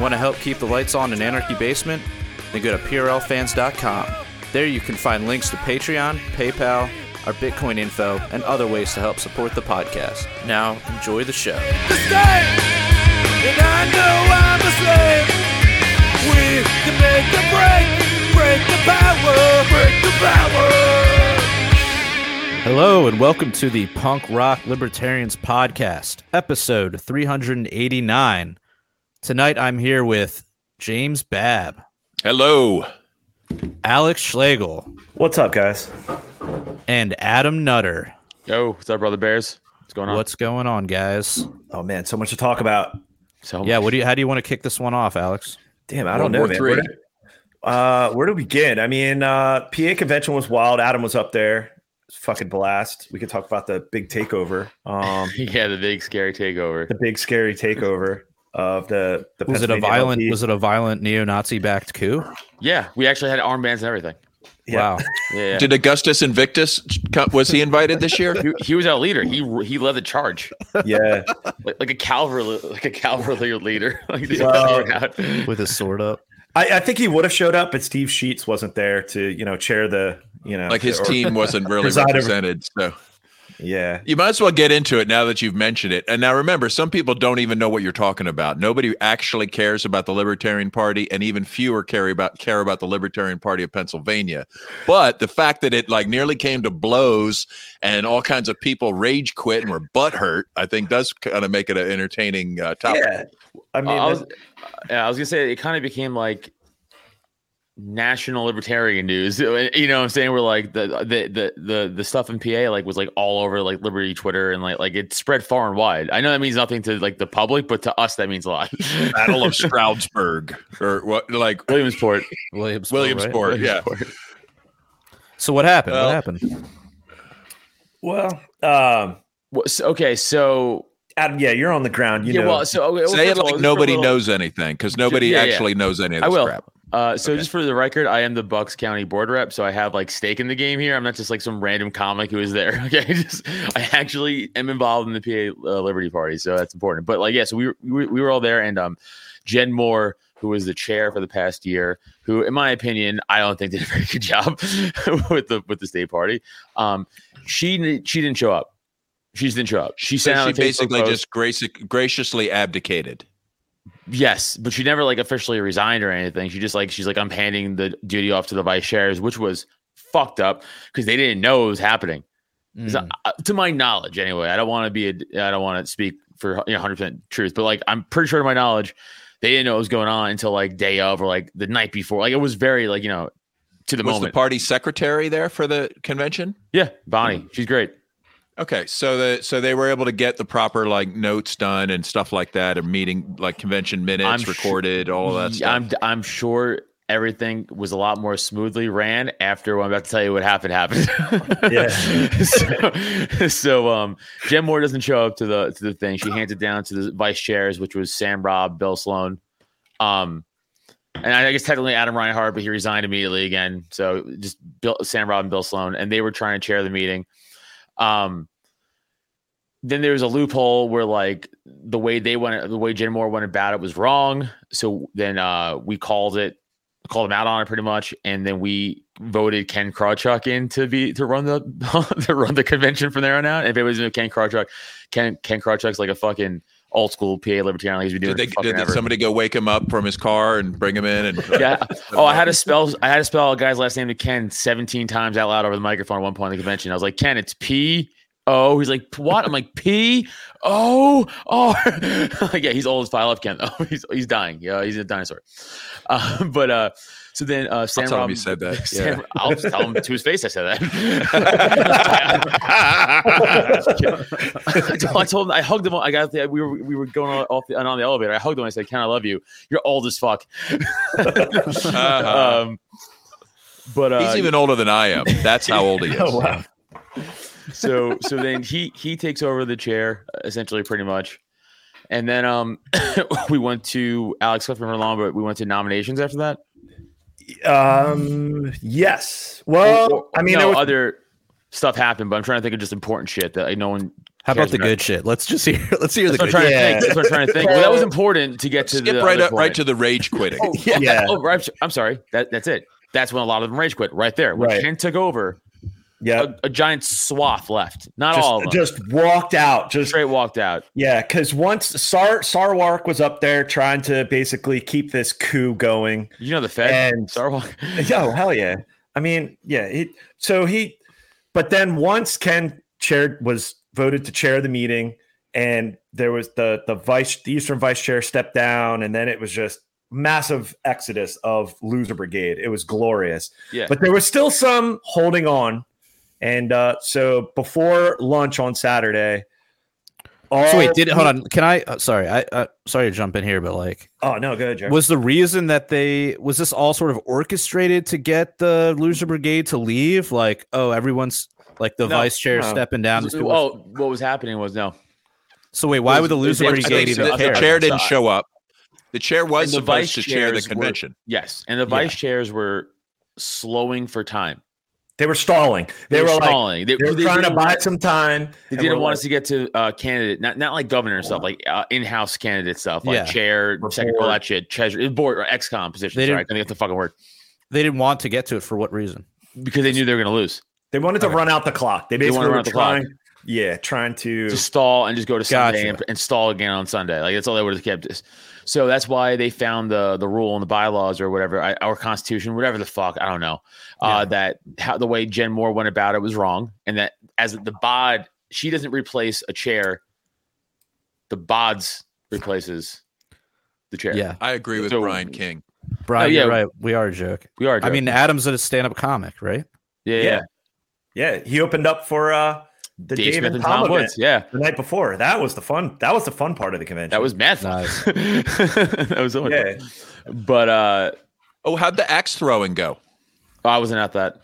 Want to help keep the lights on in Anarchy Basement? Then go to PRLFans.com. There you can find links to Patreon, PayPal, our Bitcoin info, and other ways to help support the podcast. Now, enjoy the show. Hello, and welcome to the Punk Rock Libertarians Podcast, episode 389. Tonight I'm here with James Babb, Hello. Alex Schlegel, What's up, guys? and Adam Nutter. Yo, what's up, brother Bears? What's going on? What's going on, guys? Oh man, so much to talk about. so Yeah, what do you how do you want to kick this one off, Alex? Damn, I World don't know. War man. Three. Where, do, uh, where to begin? I mean, uh, PA convention was wild. Adam was up there. It's fucking blast. We could talk about the big takeover. Um, yeah, the big scary takeover. the big scary takeover of the the Was it a Pennsylvania violent LP. was it a violent neo-Nazi backed coup? Yeah, we actually had armbands and everything. Yeah. Wow. Yeah, yeah. Did Augustus Invictus co- was he invited this year? he, he was our leader. He he led the charge yeah. like, like a cavalry like a cavalry leader. Like, just Wow. going out. With his sword up. I, I think he would have showed up, but Steve Sheets wasn't there to, you know, chair the, you know, Like his or- team wasn't really Preside over- represented. So Yeah. you might as well get into it now that you've mentioned it. And now remember, some people don't even know what you're talking about. Nobody actually cares about the Libertarian Party, and even fewer care about care about the Libertarian Party of Pennsylvania. But the fact that it like nearly came to blows and all kinds of people rage quit and were butthurt, I think does kind of make it an entertaining uh, topic. Yeah. I mean, I was, that- yeah, I was gonna say it kind of became like national libertarian news. You know what I'm saying? We're like the the the the, the stuff in PA like was like all over like Liberty Twitter and like like it spread far and wide. I know that means nothing to like the public, but to us that means a lot. Battle of Stroudsburg or what? Like Williamsport. Williams. Williamsport, yeah. So what happened? Well- what happened? well, um, Well, so- Okay, so Adam, yeah, you're on the ground. You yeah, know, well, so okay, well, Say first it of all, like just for a nobody little- knows anything because nobody yeah, yeah. actually knows any of I this will. crap. Uh, so Okay. just for the record, I am the Bucks County board rep, so I have like stake in the game here. I'm not just like some random comic who is there. Okay, just I actually am involved in the PA uh, Liberty Party, so that's important. But like, yeah, so we were, we were- we were all there, and um, Jen Moore, who was the chair for the past year, who, in my opinion, I don't think did a very good job with the with the state party. Um, she she didn't show up. She just didn't show up. She So sent out she a Facebook basically post. just graci- graciously abdicated. Yes, but she never like officially resigned or anything. She just like she's like I'm handing the duty off to the vice chairs, which was fucked up because they didn't know it was happening. Hmm. So, Mm. uh, to my knowledge, anyway, I don't want to be a, I don't want to speak for you know 100 percent truth, but like I'm pretty sure to my knowledge, they didn't know what was going on until like day of or like the night before. Like it was very like you know to the was moment. the party secretary there for the convention? yeah, Bonnie, she's great. Okay, so the so they were able to get the proper like notes done and stuff like that, and meeting like convention minutes I'm su- recorded, all of that Ye- stuff. I'm I'm sure everything was a lot more smoothly ran after what I'm about to tell you what happened happened. Yeah. so, so, um Jen Moore doesn't show up to the to the thing. She hands it down to the vice chairs, which was Sam Robb, Bill Sloan. Um and I guess technically Adam Reinhardt, but he resigned immediately again. So just Bill, Sam Robb and Bill Sloan, and they were trying to chair the meeting. Um, then there was a loophole where like the way they went, the way Jen Moore went about it was wrong. So then uh, we called it, called him out on it pretty much, and then we voted Ken Krawchuk in to be to run the to run the convention from there on out. If it was Ken Krawchuk, Ken Ken Krawchuk's like a fucking old school PA libertarian. Like he's been doing did they, it for did fucking ever. somebody go wake him up from his car and bring him in? And yeah. Oh, I had to spell. I had to spell a guy's last name to Ken seventeen times out loud over the microphone at one point at the convention. I was like, Ken, it's P O. He's like, what? I'm like, P O R. Like, yeah, he's old as file up, Ken. Though he's he's dying. Yeah, he's a dinosaur. Uh, but uh, so then uh, Sam tell him Robb- you said that. Sam, I'll just tell him to his face. I said that. I told- I told him, I hugged him. I got the, we were we were going on- off the, on the elevator. I hugged him. I said, "Ken, I love you. You're old as fuck." Uh-huh. um, but uh, he's even older than I am. That's how old he is. oh, wow. so so then he he takes over the chair uh, essentially pretty much, and then um we went to Alex Clifford Merlon, but we went to nominations after that. Um. Yes. Well, Or- or- I mean, no, there was- other stuff happened, but I'm trying to think of just important shit that like, no one How about Cares the about- good shit? Let's just hear. Let's hear the That's what I'm good. trying Yeah. to think. That's what I'm trying to think. Well, that was important to get to Skip the right other up, right point. to the rage quitting. Yeah. yeah. Oh, right, I'm sorry. That, that's it. That's when a lot of them rage quit right there. When Right. Chen took over, a, a giant swath left. uh, Not all of Just, them. just walked out. Just straight walked out. Yeah, because once Sar Sarwark was up there trying to basically keep this coup going. You know the Fed. And- Starwalk. Yo, hell yeah. I mean, yeah. It, so he, but then once Ken chaired was voted to chair the meeting, and there was the the vice the Eastern vice chair stepped down, and then it was just massive exodus of loser brigade. It was glorious. Yeah. But there was still some holding on. And uh, so before lunch on Saturday, all So wait, did hold on? Can I? Uh, sorry, I uh, sorry to jump in here, but like, Oh no, go ahead, Jerry. was the reason that they was this all sort of orchestrated to get the loser brigade to leave? Like, oh, everyone's like the No, vice chair no. stepping down. these people- oh, what was happening was no. so wait, why would the loser I I think brigade think even so. the, the care? chair didn't Sorry. show up. The chair was And the vice supposed to chair the chairs were- convention. Yes, and the vice chairs were slowing for time. They were stalling. They, were, like stalling. they were trying to didn't buy want- some time. They and didn't we're want like, us to get to uh, candidate, not not like governor and stuff, like uh, in-house candidate stuff, like Yeah. chair, second, all Report. that shit, treasurer, board, or ex-com position. They Sorry, didn't- I couldn't get the fucking word They didn't want to get to it for what reason? because they knew they were going to lose. They wanted to run out the clock. They They wanted basically to run were out the clock. trying. Yeah, trying to. to stall and just go to Sunday Gotcha. and, and stall again on Sunday. Like that's all they would have kept us. So that's why they found the the rule and the bylaws or whatever, I, our constitution, whatever the fuck, I don't know. Uh, that how the way Jen Moore went about it was wrong, and that as the bod, she doesn't replace a chair. The bods replaces the chair. Yeah, I agree with So- Brian King. Brian, yeah. you're right. We are a joke. we are. I mean, Adam's a stand-up comic, right? yeah, yeah. yeah, yeah, he opened up for uh the Dave, Smith and Tom Tom event Woods. Yeah, the night before. That was the fun. That was the fun part of the convention. that was meth. Nice. that was so much yeah. fun. But uh, Oh, how'd the axe throwing go? I wasn't at that.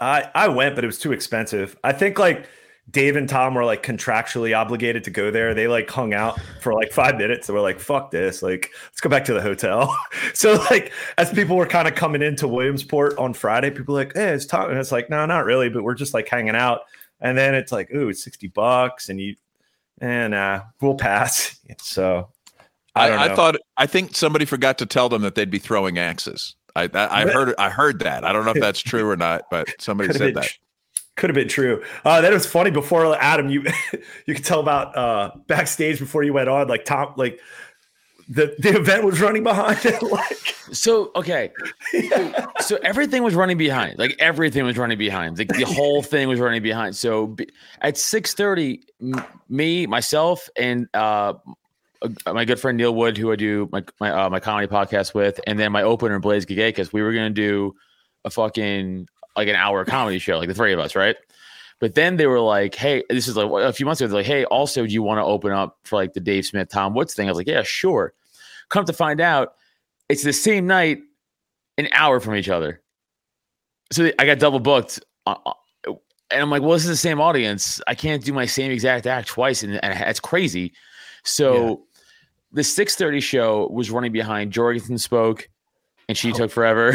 I I went, but it was too expensive. I think like Dave and Tom were like contractually obligated to go there. They like hung out for like five minutes. They were like, "Fuck this! Like, let's go back to the hotel." so like, as people were kind of coming into Williamsport on Friday, people were like, "Hey, it's Tom," and it's like, "No, not really," but we're just like hanging out. And then it's like, "Ooh, it's sixty bucks," and you, and uh, we'll pass. So I don't I, know. I thought I think somebody forgot to tell them that they'd be throwing axes. I I, I But- heard I heard that. I don't know if that's true or not, but somebody could have said been, that. could have been true. Uh, that was funny. Before Adam, you you could tell about uh, backstage before you went on. Like Tom, like the the event was running behind. It, like So okay, so everything was running behind. Like everything was running behind. Like the whole thing was running behind. So be, at six thirty, me, myself, and uh, uh, my good friend Neil Wood, who I do my my, uh, my comedy podcast with, and then my opener Blaze Gagakis, we were gonna do a fucking like an hour comedy show, like the three of us, right? But then they were like, "Hey, this is like a few months ago." They're like, "Hey, also, do you want to open up for like the Dave Smith Tom Woods thing?" I was like, "Yeah, sure." Come to find out, it's the same night, an hour from each other. So I got double booked, uh, uh, and I'm like, "Well, this is the same audience. I can't do my same exact act twice, and, and that's crazy." So the 6:30 show was running behind. Jorgensen spoke, and she took forever.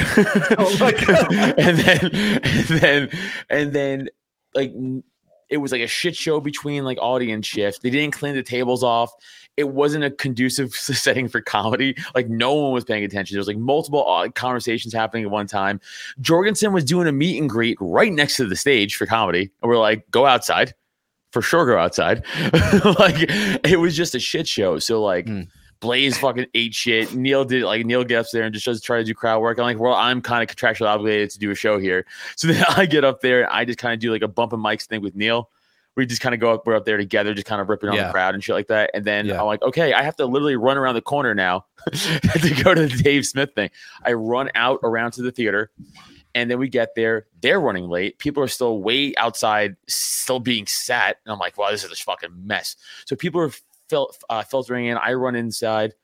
Oh. my God. and then, and then, and then, like it was like a shit show between like audience shift. They didn't clean the tables off. It wasn't a conducive setting for comedy. Like no one was paying attention. There was like multiple uh, conversations happening at one time. Jorgensen was doing a meet and greet right next to the stage for comedy, and we're like, go outside. For sure, go outside. like it was just a shit show. So like. Mm. Blaze fucking ate shit. Neil did like Neil gets there and just tries to try to do crowd work. I'm like, well, I'm kind of contractually obligated to do a show here. So then I get up there and I just kind of do like a bump and mics thing with Neil. We just kind of go up, we're up there together, just kind of ripping on Yeah. the crowd and shit like that. And then Yeah. I'm like, okay, I have to literally run around the corner now to go to the Dave Smith thing. I run out around to the theater. And then we get there. They're running late. People are still way outside, still being sat. And I'm like, wow, this is a fucking mess. So people are fil- uh, filtering in. I run inside.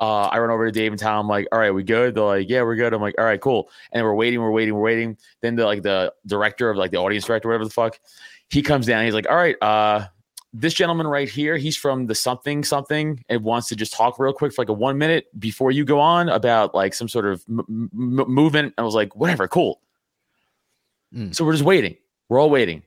Uh, I run over to Dave and Tom. I'm like, all right, we good? They're like, yeah, we're good. I'm like, all right, cool. And we're waiting, we're waiting, we're waiting. Then the like the director of like the audience director, whatever the fuck, he comes down. He's like, all right, uh, this gentleman right here, he's from the something something and wants to just talk real quick for like a one minute before you go on about like some sort of m- m- m- movement. I was like, whatever, cool. Mm. So we're just waiting. We're all waiting.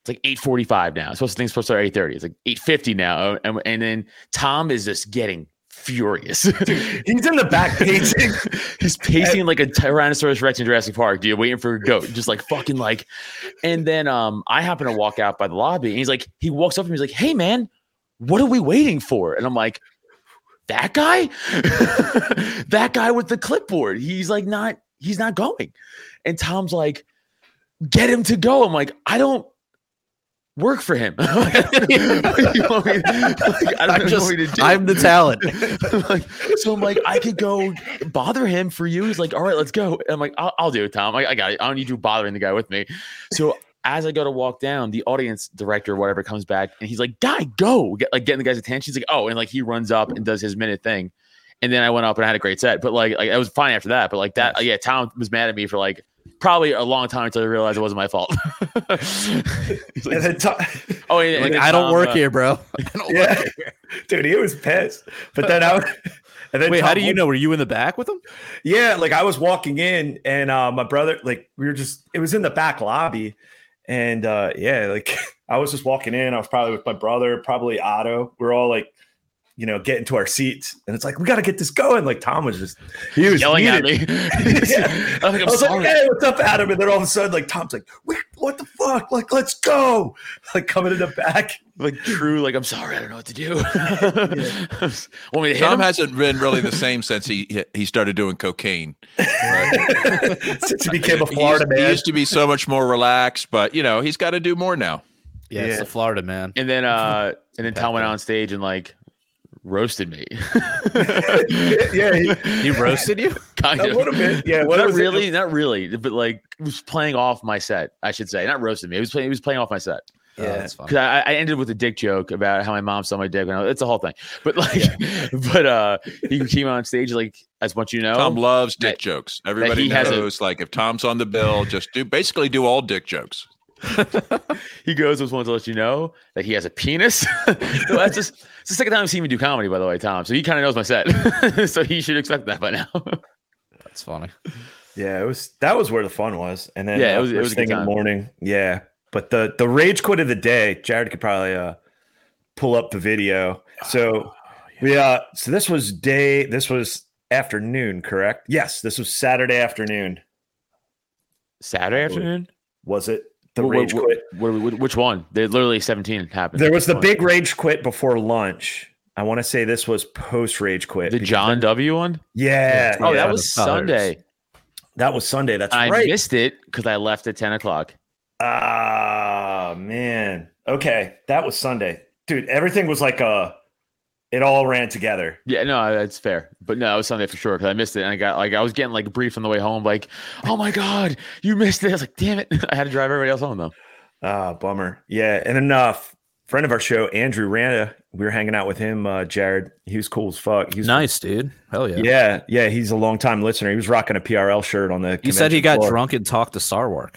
It's like 8:45 now. It's supposed to things supposed to start at 8:30. It's like 8:50 now, and, and then Tom is just getting furious. He's in the back pacing. He's pacing like a Tyrannosaurus Rex in Jurassic Park, dude, waiting for a goat, just like fucking like. And then um, I happen to walk out by the lobby, and he's like, he walks up to me, he's like, "Hey, man, what are we waiting for?" And I'm like, "That guy, that guy with the clipboard. He's like not, he's not going." And Tom's like, "Get him to go." I'm like, "I don't." Work for him. Like, you want me- like, I don't know I'm just, what to do. I'm the talent. Like, so I'm like, I could go bother him for you. He's like, all right, let's go. And I'm like, I'll, I'll do it, Tom. I, I got it. I don't need you bothering the guy with me. So as I go to walk down, the audience director, or whatever, comes back and he's like, guy, go. Get, like getting the guy's attention. He's like, oh, and like he runs up and does his minute thing. And then I went up and I had a great set. But like, like I was fine after that. But like that, yeah, Tom was mad at me for like probably a long time until I realized it wasn't my fault. He's And like, then Tom, oh, and- and Like then I don't Tom, work uh, here, bro. yeah, dude, he was pissed. But then I, was- and then Wait, how Tom do you Wolf- know? Were you in the back with him? Yeah, like I was walking in, and uh, my brother, like we were just, it was in the back lobby, and uh, yeah, like I was just walking in. I was probably with my brother, probably Otto. We're all like, you know, getting to our seats, and it's like we got to get this going. Like Tom was just, he was Yelling at heated. me. Yeah. I was like, I I'm was sorry. like, hey, what's up, Adam? And then all of a sudden, like Tom's like, Where, what the fuck? Like, let's go! Like coming in the back. like true, like I'm sorry, I don't know what to do. Want me to hit Tom him? hasn't been really the same since he he started doing cocaine. Since he became a He Florida used- he man, used to be so much more relaxed, but you know he's got to do more now. Yeah, it's Yeah. the Florida man. and then uh and then Tom went on stage and like roasted me. yeah, he- He roasted you. kind a of. little bit. Yeah, what not was it? really, not really, but like was playing off my set, I should say. Not roasted me. It was playing. It was playing off my set Oh, Yeah. that's fine. because I, I ended with a dick joke about how my mom saw my dick. And I- it's a whole thing. But like, but uh, he came on stage like as much you know. Tom loves dick that- jokes. Everybody he has a- knows. like if Tom's on the bill, just do basically do all dick jokes. he goes, I just wanted to let you know that he has a penis. so that's just it's the second time I've seen him do comedy, by the way, Tom. So he kind of knows my set. so he should expect that by now. That's funny. Yeah, it was that was where the fun was, and then Yeah, it uh, was- it first was a good thing in the time. morning. Yeah, but the the rage quit of the day, Jared could probably uh pull up the video. Oh, So we uh so this was day this was afternoon, correct? Yes, this was Saturday afternoon. Saturday afternoon? Was it the Wh- wh- rage wh- quit? what are we- wh- which one? There literally 17 happened. There was the Which big rage quit before lunch. I want to say this was post rage one? quit. the because- John W one? Yeah. Oh, yeah, that was the colors. Sunday. that was Sunday. That's I right. missed it because I left at 10 o'clock. Ah man. Okay, that was Sunday, dude. Everything was like a. It all ran together. Yeah, no, that's fair. But no, it was Sunday for sure because I missed it. And I got like, I was getting like briefed on the way home, like, oh my God, you missed it. I was like, damn it. I had to drive everybody else home though. Ah, bummer. Yeah, and enough. Friend of our show, Andrew Randa. We were hanging out with him, uh, Jared. He was cool as fuck. He was Nice, dude. Hell yeah. Yeah, yeah. He's a long time listener. He was rocking a PRL shirt on the. You said he convention got floor. drunk and talked to Sarwark.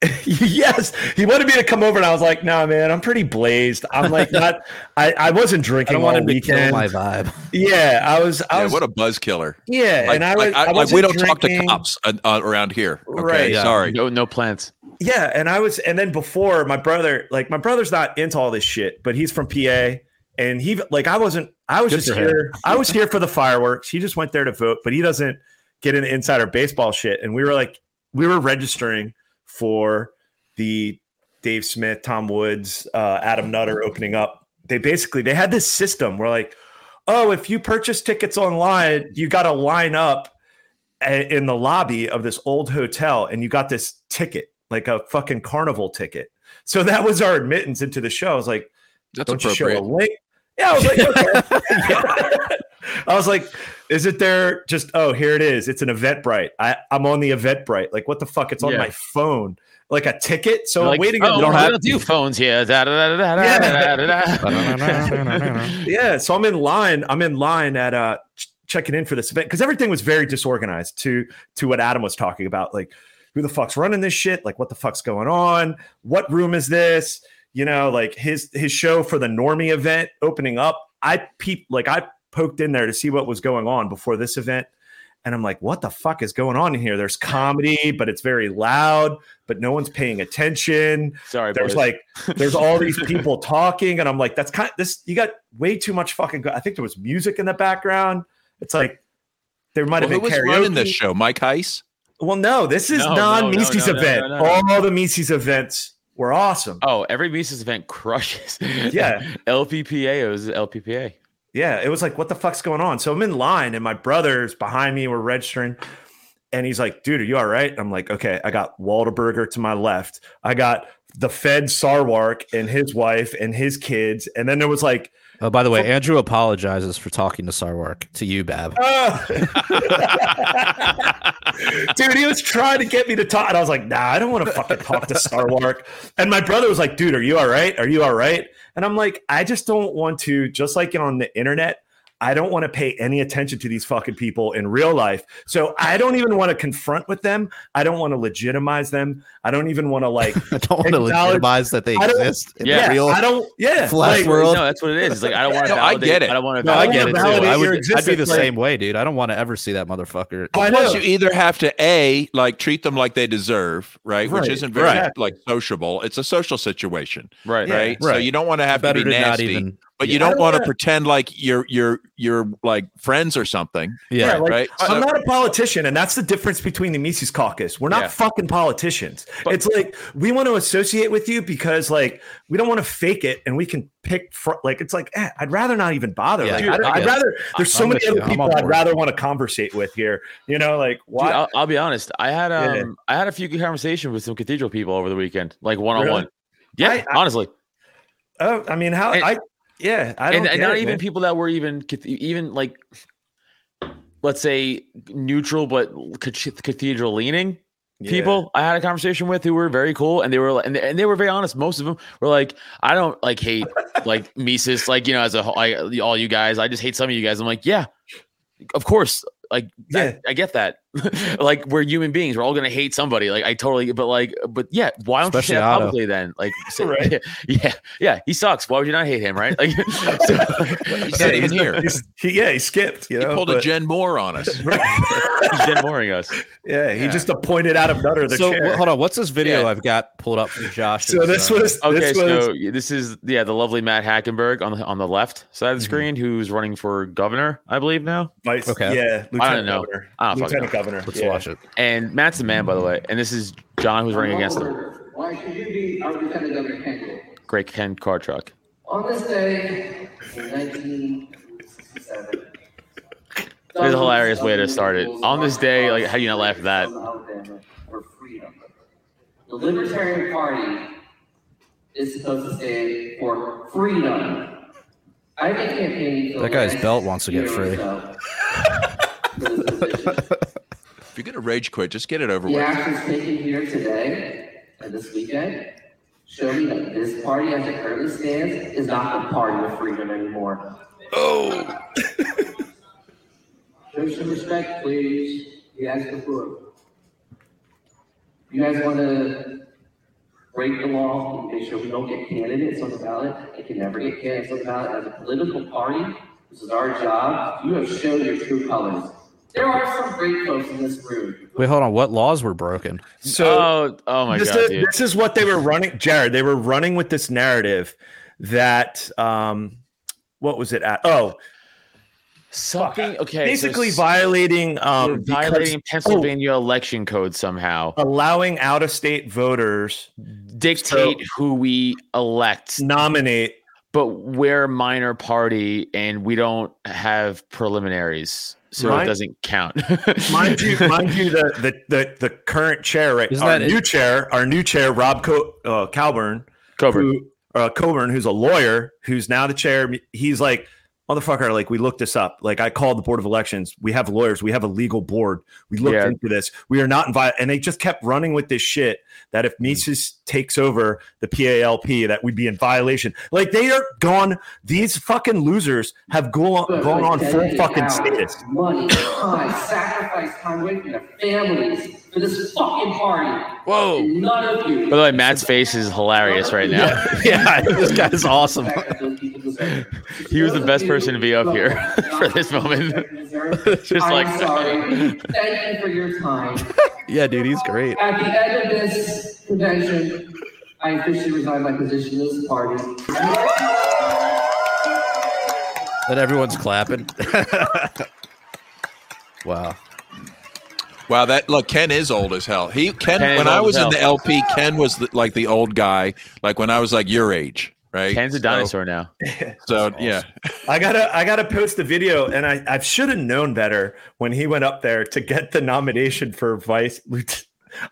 yes, he wanted me to come over, and I was like, "Nah, man, I'm pretty blazed. I'm like not. I, I wasn't I drinking. don't want all him to kill weekend. my vibe. Yeah, I was. I Yeah, was. what a buzz killer! yeah, Like, and I, was, like, I- I like, we wasn't don't talk to drinking. cops uh, uh, around here. Okay, Right. Yeah. sorry. No, no plants. Yeah, and I was, and then before my brother, like my brother's not into all this shit, but he's from PA, and he like I wasn't, I was Good just for him. here, I was here for the fireworks. He just went there to vote, but he doesn't get into insider baseball shit. And we were like, we were registering for the Dave Smith, Tom Woods, uh, Adam Nutter opening up. They basically they had this system where like, oh, if you purchase tickets online, you got to line up a- in the lobby of this old hotel and you got this ticket, like a fucking carnival ticket. So that was our admittance into the show. I was like, That's don't you show a appropriate. link? Yeah, I was like, okay. I was like, is it there? Just oh, here it is. It's an Eventbrite. I I'm on the Eventbrite. Like, what the fuck? It's on Yeah. my phone, like a ticket. So They're I'm waiting. Oh, on we the don't link." have two phones here. Da, da, da, da, da, da, da, da. yeah so i'm in line i'm in line at uh ch- checking in for this event because everything was very disorganized to to what adam was talking about like who the fuck's running this shit like what the fuck's going on what room is this you know like his his show for the normie event opening up i peeped like i poked in there to see what was going on before this event And I'm like, what the fuck is going on in here? There's comedy, but it's very loud, but no one's paying attention. Sorry, There's boys. like, there's all these people talking, and I'm like, that's kind of this. You got way too much fucking. go- I think there was music in the background. It's like there might Well, have been who was karaoke. running this show? Mike Heiss. Well, no, this is No, no, no, non-Mises no, no, event. no, no, All the Mises events were awesome. oh, every Mises event crushes. Yeah. LPPA it was LPPA. yeah, it was like, what the fuck's going on? So I'm in line, and my brothers behind me were registering, and he's like, "Dude, are you all right?" And I'm like, "Okay." I got Waldburger to my left. I got the Fed Sarwark and his wife and his kids, and then there was like, Oh, by the way, Andrew apologizes for talking to Sarwark to you, Bab. "Oh." dude, he was trying to get me to talk, and I was like, "Nah, I don't want to fucking talk to Starwark." And my brother was like, "Dude, are you all right? Are you all right?" And I'm like, "I just don't want to." Just like on the internet, I don't want to pay any attention to these fucking people in real life. So I don't even want to confront with them. I don't want to legitimize them. I don't even want to like. I don't want to Acknowledge- legitimize that they I don't- exist in Yeah, the real. I don't. Yeah, flesh like, world. No, that's what it is. It's like I don't want to. No, I get it. I don't want to. No, I don't get it too. wanna validate I your would. I'd be the existence, like- same way, dude. I don't want to ever see that motherfucker. I know. Plus, you either have to a like treat them like they deserve, right? Right, Which isn't very right. like sociable. It's a social situation, Right. Yeah. right? So right. you don't want to have to be Better to not nasty, even. but yeah. you don't, I don't want to wanna- pretend like you're you're you're like friends or something, Yeah. Yeah, like, right? I'm So- not a politician, and that's the difference between the Mises Caucus. We're not Yeah. fucking politicians. But- it's like we want to associate with you because, like, we don't want to fake it, and we can pick. Fr- like, it's like eh, I'd rather not even bother. Yeah, like, dude, I'd, I I'd get it. rather. There's so I'm many with other you. I'm people on I'd board. rather want to conversate with here. You know, like Dude, why? I'll, I'll be honest. I had um, Yeah. I had a few good conversations with some cathedral people over the weekend, like one on one. Yeah, I- I- honestly, oh, I mean, how? And- I yeah, I don't. and, and get not it, even man. people that were even cath- even like, let's say neutral but cathedral leaning. Yeah. people I had a conversation with who were very cool and they were like, and they, and they were very honest. Most of them were like, I don't like hate like Mises, like, you know, as a whole, I, all you guys, I just hate some of you guys. I'm like, yeah, of course. Like, that, I get that. like we're human beings. We're all going to hate somebody. Like I totally, but like, but yeah, why don't Especially you say that Otto. publicly then? Like, say- Right. yeah, yeah, he sucks. Why would you not hate him? Right. Like, so- He's not even here. He's- he- yeah, he skipped. You He know, pulled a but- Jen Moore on us. he's dead boring us. yeah, he Yeah. just appointed Adam Nutter the So chair. wh- hold on, what's this video Yeah. I've got pulled up from uh, Josh? so this was Okay, this was so this is yeah the lovely Matt Hackenberg on the on the left side of the Mm-hmm. Mhm. screen, who's running for governor, I believe now. vice. Okay. Yeah, lieutenant know. governor. I don't fucking lieutenant governor. Let's yeah. watch it. And Matt's the man, by the way. And this is John, who's running against him. Why should you be our Lieutenant Governor candidate? Great Ken Cartruck. On this day in 1967. There's a hilarious way to start it. On this day, like, how do you not laugh at that? Alabama for freedom. The Libertarian Party is supposed to stand for freedom. I've been campaigning for That guy's the last belt wants to get year or free. so for this position. If you're gonna rage quit, just get it over The with. actions taken here today and this weekend show me that this party, as it currently stands, is not the party of freedom anymore. Oh! Show some respect, please. You asked before. You guys want to break the law and make sure we don't get candidates on the ballot. It can never get candidates on the ballot. As a political party, this is our job. You have shown your true colors. There are some great folks in this room Wait, hold on. What laws were broken? So oh, oh my this, god, is, dude. this is what they were running, Jared. They were running with this narrative that um, what was it at? Oh, Something okay. basically so violating s- we're um, because violating Pennsylvania election code somehow. allowing out-of-state voters Dictate who we elect, to nominate. but we're a minor party and we don't have preliminaries. So Mine- it doesn't count. Mind you, mind you, the the the, the current chair, right? Isn't our that- new chair, our new chair, Rob Co- uh, Calburn, Coburn. who uh, Coburn, who's a lawyer, who's now the chair. He's like, motherfucker, like we looked this up. Like I called the board of elections. We have lawyers. We have a legal board. We looked Yeah. into this. We are not invited. And they just kept running with this shit that if Mises takes over the PALP, that we'd be in violation. Like they are gone. These fucking losers have gone gone on full fucking status. Money, time, sacrifice time away from their families for this fucking party. Whoa. And none of you. By the way, Matt's face is hilarious right now. Yeah, this guy's awesome. Those people deserve He was the best person to be up here for this moment. Just I'm like- sorry. Thank you for your time. Yeah, dude, he's great. At the end of this convention, I officially resign my position as party. That everyone's clapping. wow. Wow, that look, Ken is old as hell. He Ken, Ken is when I old was as in the hell. LP, Ken was the, like the old guy, like when I was like your age, right? Ken's a So- dinosaur now. So, yeah, I gotta I gotta post a video, and I I should have known better when he went up there to get the nomination for vice. lieutenant.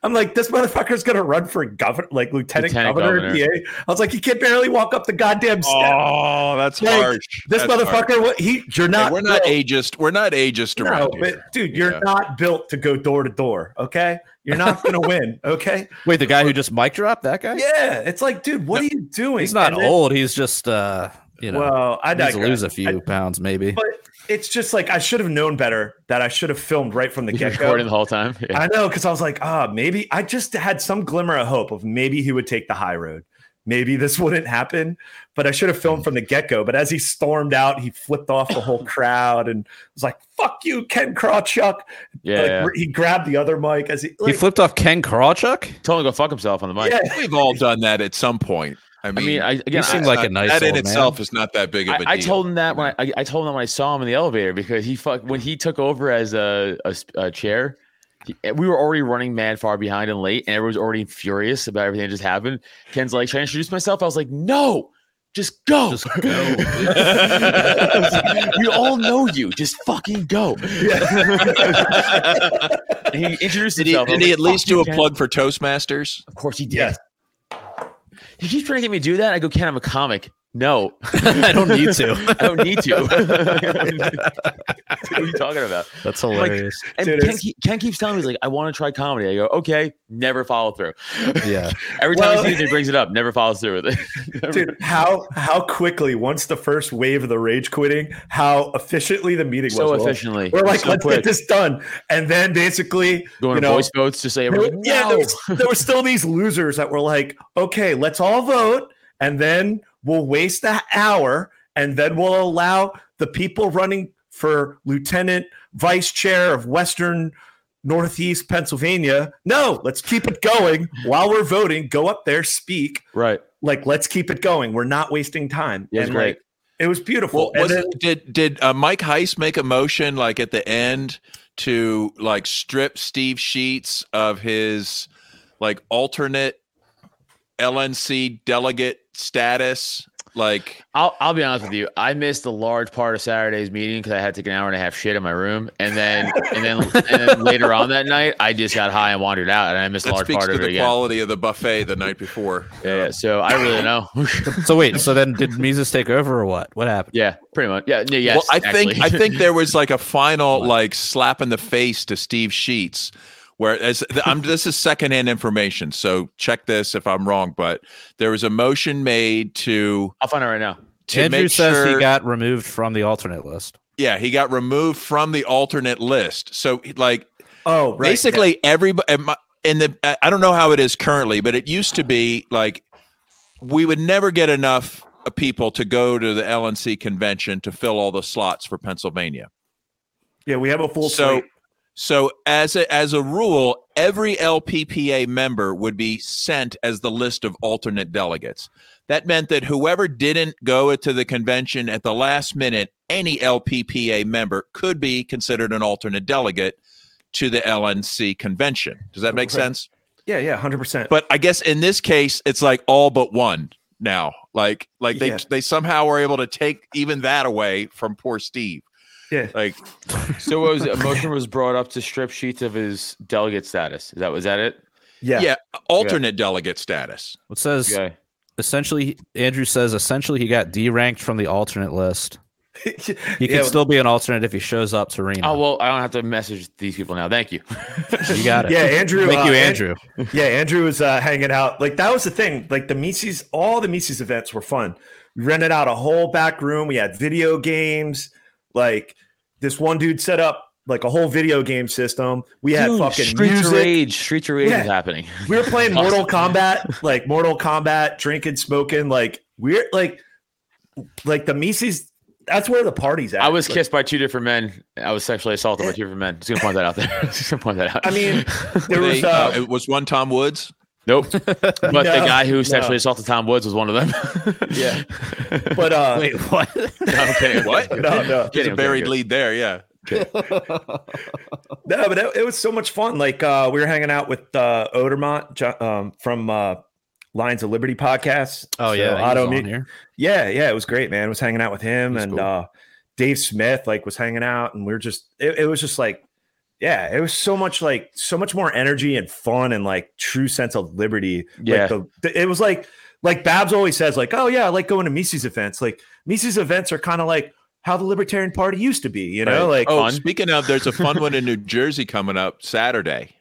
I'm like, this motherfucker's gonna run for governor, like lieutenant, Lieutenant governor, governor. of PA. I was like, he can barely walk up the goddamn steps. Oh, that's Like, harsh. This That's harsh. motherfucker, what he? You're Hey, not. we're not built- ageist. We're not ageist No, around but here. dude, you're Yeah. not built to go door to door. Okay, you're not gonna win. Okay, Wait, the guy who just mic dropped that guy? yeah, it's like, dude, what are you doing? He's not And then- old. He's just uh, you know, Well, I needs digress. to lose a few pounds maybe. but it's just like I should have known better that I should have filmed right from the You're get go. recording the whole time. Yeah. I know because I was like, ah, maybe I just had some glimmer of hope of maybe he would take the high road. Maybe this wouldn't happen, but I should have filmed from the get go. But as he stormed out, he flipped off the whole crowd and was like, "Fuck you, Ken Krawchuk!" yeah, like, yeah. re- He grabbed the other mic as he, he like, flipped off Ken Krawchuk. Told him to go fuck himself on the mic. Yeah. We've all done that at some point. I I mean, mean, I, He again, I, seemed like a not- nice that in old man. itself is not that big of a I, deal. I told him that when I- I, I told him when I saw him in the elevator because he fuck when he took over as a, a, s- a chair, he- eh, we were already running mad far behind and late, and everyone was already furious about everything that just happened. Ken's like, "Should I introduce myself?" I was like, "No, just go." Just go. I was like, we all know you. Just fucking go. And he introduced did he, himself. I did was he like, at least "Fuck you, do a Ken." plug for Toastmasters? Of course he did. Yes. He keeps trying to get me to do that. I go, Ken, I'm a comic. No, I don't need to. I don't need to. what are you talking about? That's hilarious. And Dude, Ken, it's- keep- Ken keeps telling me, he's like, I want to try comedy. I go, okay, never follow through. yeah. Every time Well- he sees it, he brings it up, never follows through with it. Never- dude, how how quickly once the first wave of the rage quitting, how efficiently the meeting so was. Well, efficiently. We're like, so let's get this done, and then basically, Going to you know, voice votes to say, There were- everyone, yeah, "No." there, was, there were still these losers that were like, okay, let's all vote, and then we'll waste an hour, and then we'll allow the people running for lieutenant vice chair of Western Northeast Pennsylvania. No, let's keep it going while we're voting. Go up there, speak. right. Like, let's keep it going. We're not wasting time. Yeah, it's and great. like, it was Well, beautiful. was and then, it- did did uh, Mike Heist make a motion like at the end to like strip Steve Sheets of his like alternate LNC delegate status? Like, I'll, I'll be honest with you. I missed a large part of Saturday's meeting because I had to take an hour and a half shit in my room, and then and then and then later on that night, I just got high and wandered out, and I missed a that large speaks part to of it the again. quality of the buffet the night before. Yeah, yeah, so I don't really know. So wait, so then did Mises take over or what? What happened? yeah, pretty much. Yeah, yeah. Yes, well, I think I actually. think there was like a final like slap in the face to Steve Sheets, where as I'm this is secondhand information, so check this if I'm wrong, but there was a motion made to I'll find out right now. to Andrew make says sure, he got removed from the alternate list. yeah he got removed from the alternate list. So like oh, right. basically everybody and the I- I don't know how it is currently, but it used to be like we would never get enough uh, people to go to the LNC convention to fill all the slots for Pennsylvania. yeah, we have a full so slate. so as a, as a rule every lppa member would be sent as the list of alternate delegates that meant that whoever didn't go to the convention at the last minute any lppa member could be considered an alternate delegate to the lnc convention does that make Right. sense Yeah, yeah, hundred percent. but i guess in this case it's like all but one now like like they Yeah. they somehow were able to take even that away from poor steve Yeah. like So what was it? a motion was brought up to strip sheets of his delegate status. Is that was that it? Yeah. yeah alternate delegate status It says Okay. essentially Andrew says essentially he got deranked from the alternate list. He can Yeah, still be an alternate if he shows up to Reno. Oh well, I don't have to message these people now. Thank you. you got it. Yeah, Andrew. Thank uh, you, An- Andrew. yeah, Andrew was uh, hanging out. Like that was the thing. Like the Mises, all the Mises events were fun. We rented out a whole back room. We had video games. Like this one dude set up like a whole video game system. We had Dude, fucking Streets of music. Rage. Streets of Rage Yeah. is happening. We were playing Awesome. Mortal Kombat, like Mortal Kombat, drinking, smoking. Like we're like like the Mises. That's where the party's at. I was Like, kissed by two different men. I was sexually assaulted by two different men. Just gonna point that out there. Just gonna point that out. I mean, there They- was uh, uh, it was one Tom Woods. nope. But the No, guy who no. sexually assaulted Tom Woods was one of them. yeah, but uh, Wait, what? No, I'm kidding. I'm What? kidding. no, no, There's Kidding, a I'm buried kidding. lead there. Yeah. no, but it, it was so much fun. Like uh, we were hanging out with uh, Odermont Jo- um, from uh, Lines of Liberty podcast. Oh So yeah, Otto auto Mu- here. Yeah, yeah, it was great, man. I was hanging out with him He's and cool. uh Dave Smith like was hanging out and we were just it, it was just like yeah, it was so much like so much more energy and fun and like true sense of liberty. Yeah. Like the, the- it was like like Babs always says like, "Oh yeah, I like going to Mises events." Like Mises events are kind of like how the libertarian party used to be, you know? Like Oh, fun. speaking of, there's a fun one in New Jersey coming up Saturday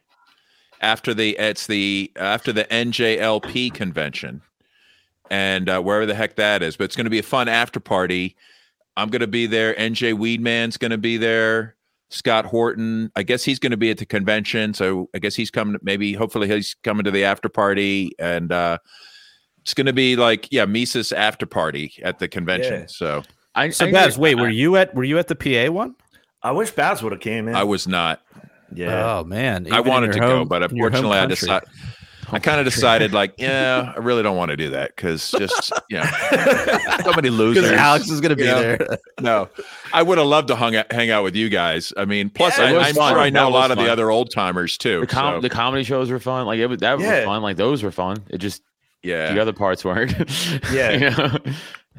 after the it's the after the NJLP convention and uh, wherever the heck that is. But it's going to be a fun after party. I'm going to be there. NJ Weedman's going to be there. Scott Horton, I guess he's going to be at the convention, so I guess he's coming. Maybe hopefully he's coming to the after party, and uh, it's going to be like yeah, Mises after party at the convention. Yeah. So I, So I- Babs, wait, were you at were you at the PA one? I wish Babs would have came in. I was not. yeah. Oh man, I even in wanted your to go, home- but in your home unfortunately, I country. decided. I kind of decided, like, yeah, I really don't want to do that because just you know, so many losers. because Alex is gonna be You know? there. No, I would have loved to hung out, hang out with you guys. I mean, plus Yeah, it I, was I'm fun. sure I know That a was lot of fun. the other old timers too. The, com- so, the comedy shows were fun. Like it was, that Yeah. was fun. Like those were fun. It just yeah, the other parts weren't. Yeah. You know?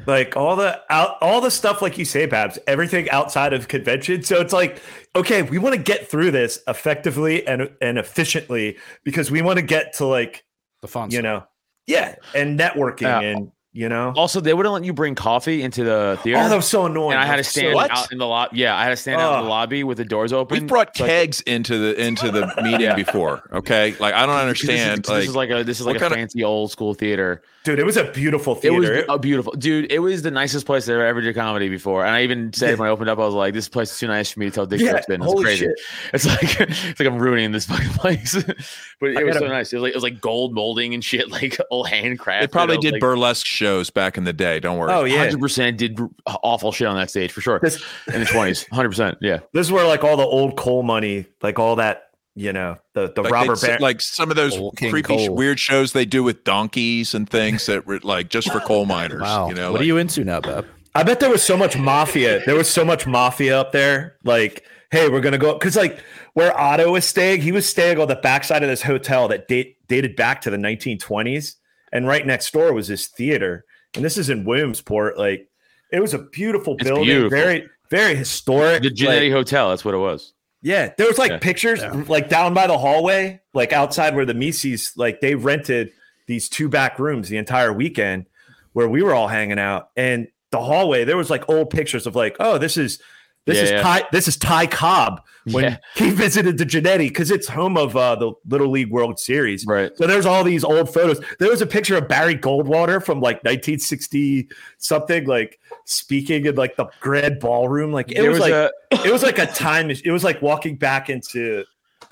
like all the out all the stuff like you say babs everything outside of convention so it's like okay we want to get through this effectively and and efficiently because we want to get to like The fun you know yeah and networking Yeah. and you know Also, they wouldn't let you bring coffee into the theater. oh that was so annoying and I had That to was so- stand What? out in the lobby. Yeah, I had to stand out in Ugh. the lobby with the doors open. we brought So I could- kegs into the into the meeting before. Okay, like I don't 'cause this is- understand. 'cause This, is like, like a this is what like a kinda- fancy old school theater. dude it was a beautiful It was theater a beautiful dude. It was the nicest place that I ever did comedy before. And I even said when I opened up, I was like, "This place is too nice for me to tell dick Yeah, jokes in." It's holy crazy. shit. It's like it's like I'm ruining this fucking place. but I it was gotta- so nice. It was like it was like gold molding and shit, like all handcrafted. they probably did like, burlesque shows back in the day. Don't worry. oh yeah Hundred percent did awful shit on that stage for sure. this, In the twenties, hundred percent. Yeah, this is where like all the old coal money like all that you know the the like robber they'd s- baron like some of those Coal, King creepy, sh- Coal. weird shows they do with donkeys and things that were like just for coal miners. Wow, You know, what like- are you into now, Bob? I bet there was so much mafia. There was so much mafia up there. Like, hey, we're gonna go because like where Otto was staying, he was staying on the backside of this hotel that date, dated back to the 1920s, and right next door was this theater. And this is in Williamsport. Like, it was a beautiful It's building, beautiful. very very historic. the like- Genetti Hotel. That's what it was. yeah, there was like Yeah. pictures like down by the hallway, like outside where the Mises, like they rented these two back rooms the entire weekend where we were all hanging out. And the hallway, there was like old pictures of like, oh, this is this Yeah, is yeah. Ty this is Ty Cobb when Yeah. he visited the Genetti because it's home of uh, the Little League World Series. Right. So there's all these old photos. There was a picture of Barry Goldwater from like 1960 something, like speaking in like the Grand Ballroom. Like it There was, was like a- it was like a time. mach- It was like walking back into.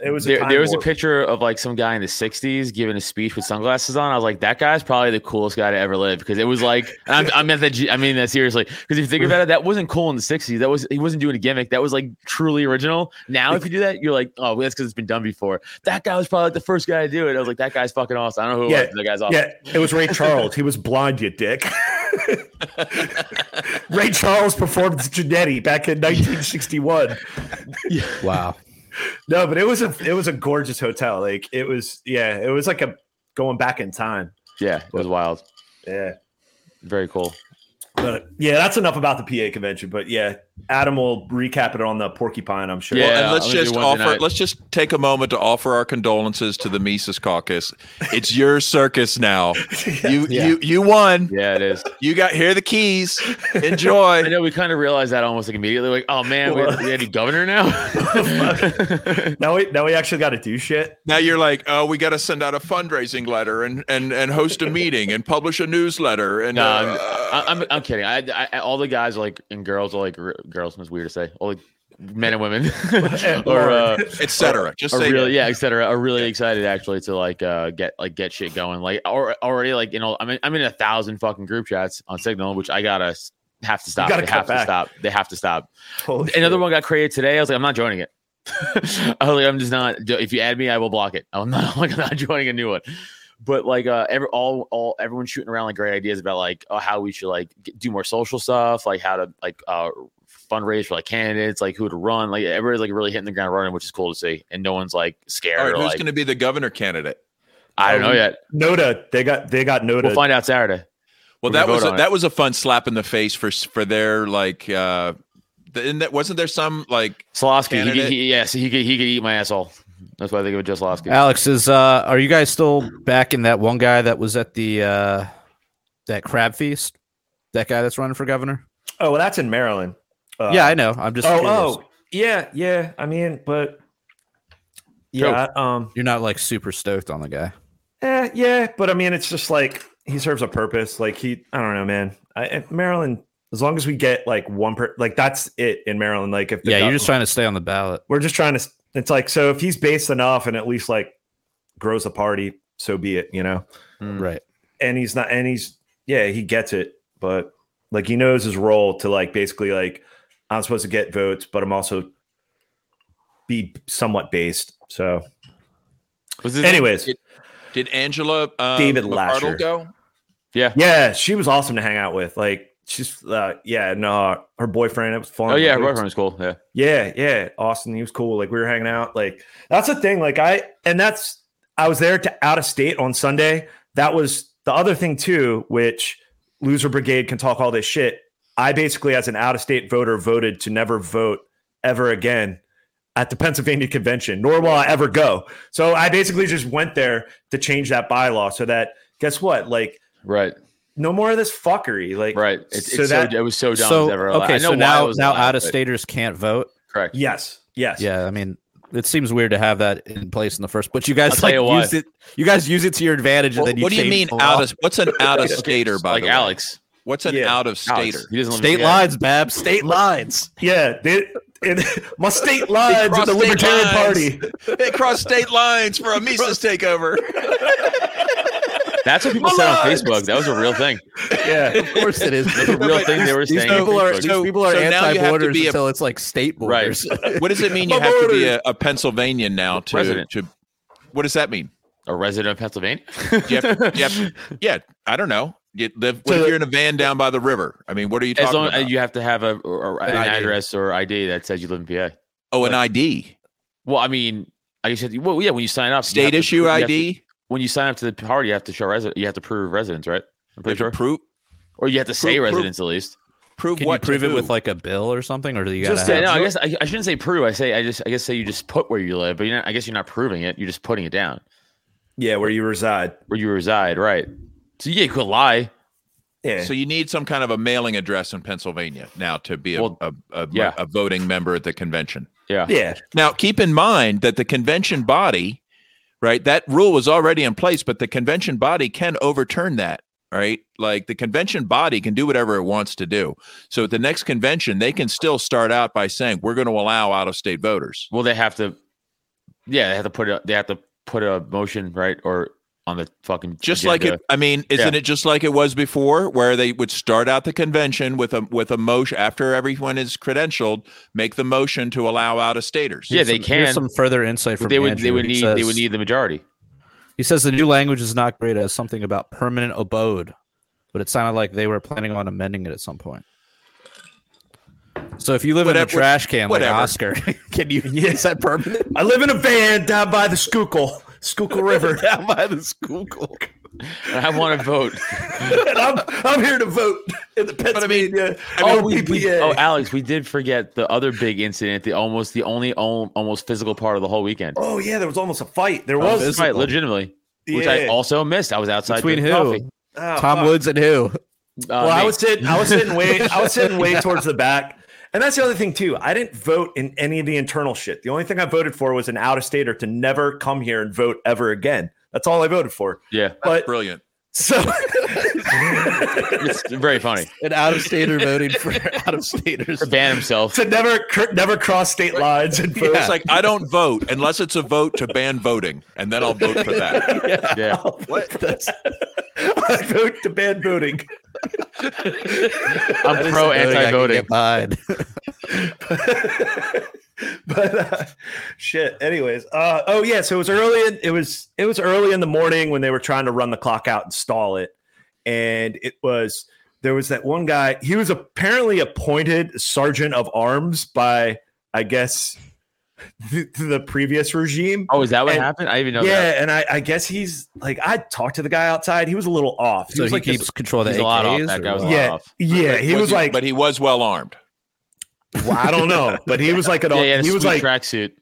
It was a there, time there was warp. a picture of like some guy in the 60s giving a speech with sunglasses on. I was like, that guy's probably the coolest guy to ever live because it was like, and I'm, I meant that, ge- I mean that seriously. Because if you think about it, that wasn't cool in the 60s. That was, he wasn't doing a gimmick. That was like truly original. Now, if you do that, you're like, oh, well, that's because it's been done before. That guy was probably like, the first guy to do it. I was like, that guy's fucking awesome. I don't know who Yeah, it was, but that guy's awesome. Yeah, it was Ray Charles. He was blind, you dick. Ray Charles performed Janetti back in 1961. Wow, No, but it was a it was a gorgeous hotel. Like it was, yeah, it was like a going back in time. Yeah. it was wild. Yeah, Very cool. but yeah, that's enough about the PA convention. But yeah, Adam will recap it on the porcupine. I'm sure. Yeah. Well, and let's I'm gonna do just offer. Wednesday night. Let's just take a moment to offer our condolences to the Mises Caucus. It's your circus now. You Yeah. you you won. Yeah, it is. You got here are the keys. I Enjoy. know we kind of realized that almost like immediately, like, oh man, we we had a governor now. Now we now we actually got to do shit. now you're like, oh, we got to send out a fundraising letter and and and host a meeting and publish a newsletter and. No, I'm, uh, I- I'm, I'm kidding. I, I, all the guys are like and girls are like r- girls. It's weird to say. All the men and women or uh, etc. Just are say really yeah, et cetera, are really excited actually to like uh get like get shit going. Like or already like you know I'm in, I'm in a thousand fucking group chats on Signal, which I gotta s- have to stop. gotta They cut have to back. stop. They have to stop. Holy Another shit. one got created today. I was like, I'm not joining it. I was like, I'm just not. If you add me, I will block it. I'm not. I'm like, I'm not joining a new one. But like, uh, every all all everyone's shooting around like great ideas about like oh, how we should like get, do more social stuff, like how to like uh fundraise for like candidates, like who to run. Like everybody's like really hitting the ground running, which is cool to see. And no one's like scared. All right, or, who's like, going to be the governor candidate? I don't know yet. Noda, they got they got Noda. We'll find out Saturday. Well, We're that gonna was vote a, on it. that was a fun slap in the face for s- for their like. uh the, and that wasn't there some like Solosky, he, could- Candidate. he, yes, he could he could eat my asshole. That's why they give it just Solosky. Alex is uh are you guys still back in that one guy that was at the uh that crab feast? That guy that's running for governor? oh, well, that's in Maryland. Uh, yeah, I know. I'm just Oh, curious. oh, yeah, yeah. I mean, but yeah, um, You're not like super stoked on the guy. eh, yeah, but I mean, it's just like he serves a purpose. Like he, I don't know, man. I, and Maryland, as long as we get like one per, like that's it in Maryland. Like if the Yeah, you're gov- just trying to stay on the ballot. we're just trying to. It's like so if he's based enough and at least like grows the party, so be it. You know, Right. and he's not, and he's yeah, he gets it, but like he knows his role to like basically like I'm supposed to get votes, but I'm also be somewhat based. So, Was this- anyways, did Angela uh, David McArdle Lasher. go? yeah. Yeah, she was awesome to hang out with. Like she's uh yeah, no, her boyfriend, it was fun. Oh yeah, her Like, it boyfriend's was- cool. Yeah. Yeah, yeah. Austin, he was cool. Like we were hanging out. Like that's the thing. Like I and that's I was there to out of state on Sunday. That was the other thing too, which loser brigade can talk all this shit. I basically, as an out of state voter, voted to never vote ever again at the Pennsylvania convention, nor will I ever go. So I basically just went there to change that bylaw so that guess what? Like Right. no more of this fuckery. Like Right. It's, so it's that so, it was so dumb. So as ever. okay, I know so why it now was now allowed, out of but- staters can't vote. Correct. yes, yes, Yeah, I mean it seems weird to have that in place in the first, but you guys I'll tell like you why. used it. You guys use it to your advantage, and What, then you what do you change mean the law. out of? What's an out of stater? By like the way, Alex. what's an Yeah. out of Alex. stater? He doesn't live in state Japan. lines, Bab? State lines. yeah. They, it, my state lines cross at the state Libertarian lines. Party. they cross state lines for a Mises takeover. That's what people said on Facebook. That was a real thing. Yeah, Of course it is. It's a real thing they were These saying. on people are Facebook. these people are so now you have to anti-borders be a- until it's like state Right. borders. what does it mean? You have to be a, a Pennsylvanian now to President. to. What does that mean? a resident of Pennsylvania. You have, you have- yeah, I don't know. You live. What if you're in a van down by the river? I mean, what are you As talking long about? as you have to have a, or- or an ID. address or ID that says you live in PA. oh, an ID, Well, I mean, I guess you- well, yeah. When you sign up, you have state to- issue you have to- ID. when you sign up to the party, you have to show resident. You have to prove residence, right? I'm You have pretty to sure. Prove Or you have to say prove- prove- residence at least. prove Can what? you to prove it who? with like a bill or something, or do you gotta Just Yeah, have, no, I Sure. guess I, I shouldn't say prove. I say I just I guess say you just put where you live, but you're not, I guess you're not proving it. You're just putting it down yeah, where you reside. where you reside, right? So yeah, you could lie. Yeah, So you need some kind of a mailing address in Pennsylvania now to be a, Well, a, a, yeah. a voting member at the convention. Yeah, yeah, Now, keep in mind that the convention body, right, that rule was already in place, but the convention body can overturn that, right? Like the convention body can do whatever it wants to do. So at the next convention, they can still start out by saying, we're going to allow out of state voters. Well, they have to. Yeah, they have to put a, they have to put a motion right or on the fucking Just like it, agenda. I mean, isn't Yeah. it just like it was before, where they would start out the convention with a with a motion after everyone is credentialed, make the motion to allow out of staters. Yeah, they Here's can. some further insight from But they would they Andrew. would He need they says- would need the majority. He says the new language is not great as something about permanent abode, but it sounded like they were planning on amending it at some point. So if you live in Whatever- a trash can whatever. like Oscar, can you is that permanent I live in a van down by the Schuylkill, Schuylkill River, down by the school? goal? And I want to vote. and I'm I'm here to vote in the Pennsylvania. oh, all we, we, PPA. oh, Alex, we did forget the other big incident. The almost the only al- almost physical part of the whole weekend. Oh, yeah, there was almost Oh, a fight. There Right, was legitimately, which I Yeah. also missed. I was outside Between drinking who? coffee. Oh, Tom fuck. Woods and who? Uh, well, I me. was sitting. I was sitting way. I was sitting way towards the back, and that's the other thing too. I didn't vote in any of the internal shit. The only thing I voted for was an out of stater to never come here and vote ever again. That's all I voted for. yeah. But brilliant. so, It's very funny. An out of stater voting for out of staters. To ban himself. to never cr- never cross state lines and vote. It's like I don't vote unless it's a vote to ban voting, and then I'll vote for that. Yeah. What? That's I vote to ban voting. I'm pro anti voting. Fine. but uh, shit anyways uh oh yeah so it was early in, it was it was early in the morning when they were trying to run the clock out and stall it and it was there was that one guy he was apparently appointed sergeant of arms by i guess the, the previous regime Oh, is that what And- happened? I didn't even know yeah that. and I, I guess he's like i talked to the guy outside he was a little off he So was he like this- keeps control of the He's a lot off. AKs Oh, That or guy was a what? lot Yeah. off. yeah he was like but he was well armed. well, i don't know but he was like an Yeah, he, had a he was sweet like tracksuit.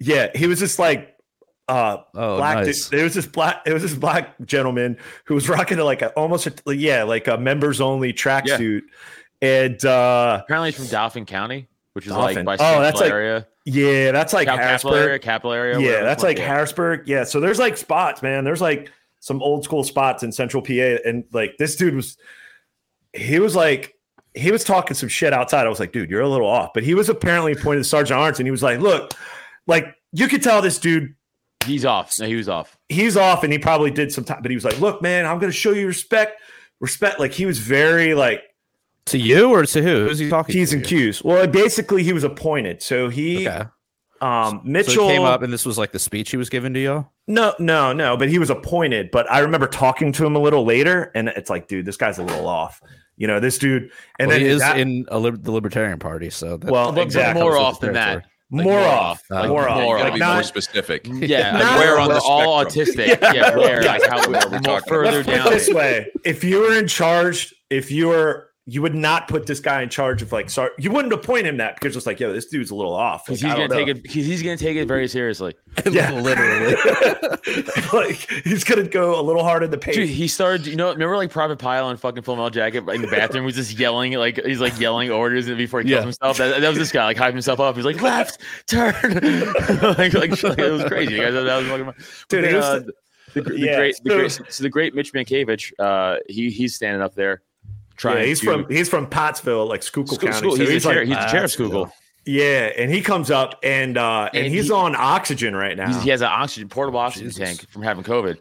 yeah he was just like uh Oh, black dude- nice. there was this black it was this black gentleman who was rocking like a almost a, yeah like a members only tracksuit and uh Apparently, he's from Dauphin County, which is Dauphin. like by Oh, oh, that's that's like- area, yeah that's like Cap- capital area, harrisburg capital area. yeah whatever. that's like harrisburg yeah so there's like spots man there's like some old school spots in central pa and like this dude was he was like he was talking some shit outside i was like dude you're a little off but he was apparently pointed to sergeant arms and he was like look like you could tell this dude he's off. No, he was off. he's off and he probably did some time, but he was like, look, man, I'm going to show you respect. Respect. Like he was very like To you or to who? Who's he talking T's to? and Q's. Well, basically he was appointed. So he, Okay. So um, Mitchell he came up and this was like the speech he was giving to y'all? No, no, no, but he was appointed. But I remember talking to him a little later and it's like, dude, this guy's a little off, you know, this dude. And And well, then he is that- in a lib- the Libertarian Party, so that, well, But- but exactly. more Comes with off the than that. territory. like, more, off, off. more Like, off. you You Or gotta Like, be more not, specific. Yeah, Not- like where on we're the all spectrum. autistic. Yeah, where? Like, how, Where are we more talking further let's put it down. this way: if you were in charge, if you were, you would not put this guy in charge of like, sorry, you wouldn't appoint him that because it's like, yo, this dude's a little off. Like, Because he's I gonna don't take know. it. Because he's gonna take it very seriously. Yeah. literally. like he's gonna go a little hard in the paint. Dude, he started. You know, remember like Private Pile on fucking Full Metal Jacket like, in the bathroom was just yelling like he's like yelling orders before he kills Yeah. himself. That, that was this guy like hyping himself up. He's like left turn, like, like, like, it was crazy. Guys, that was fucking. Dude, But it then, was- uh, the, the Yeah, great, the so- great, so the great Mitch Mankiewicz, uh, he he's standing up there trying. yeah, he's to, from he's from Pottsville, like Schuylkill School, County. school. so He's, the chair, like, "Ah, he's the chair of Schuylkill. yeah, and he comes up and uh and, And he's he- on oxygen right now. He's, he has an oxygen portable oxygen tank from having COVID,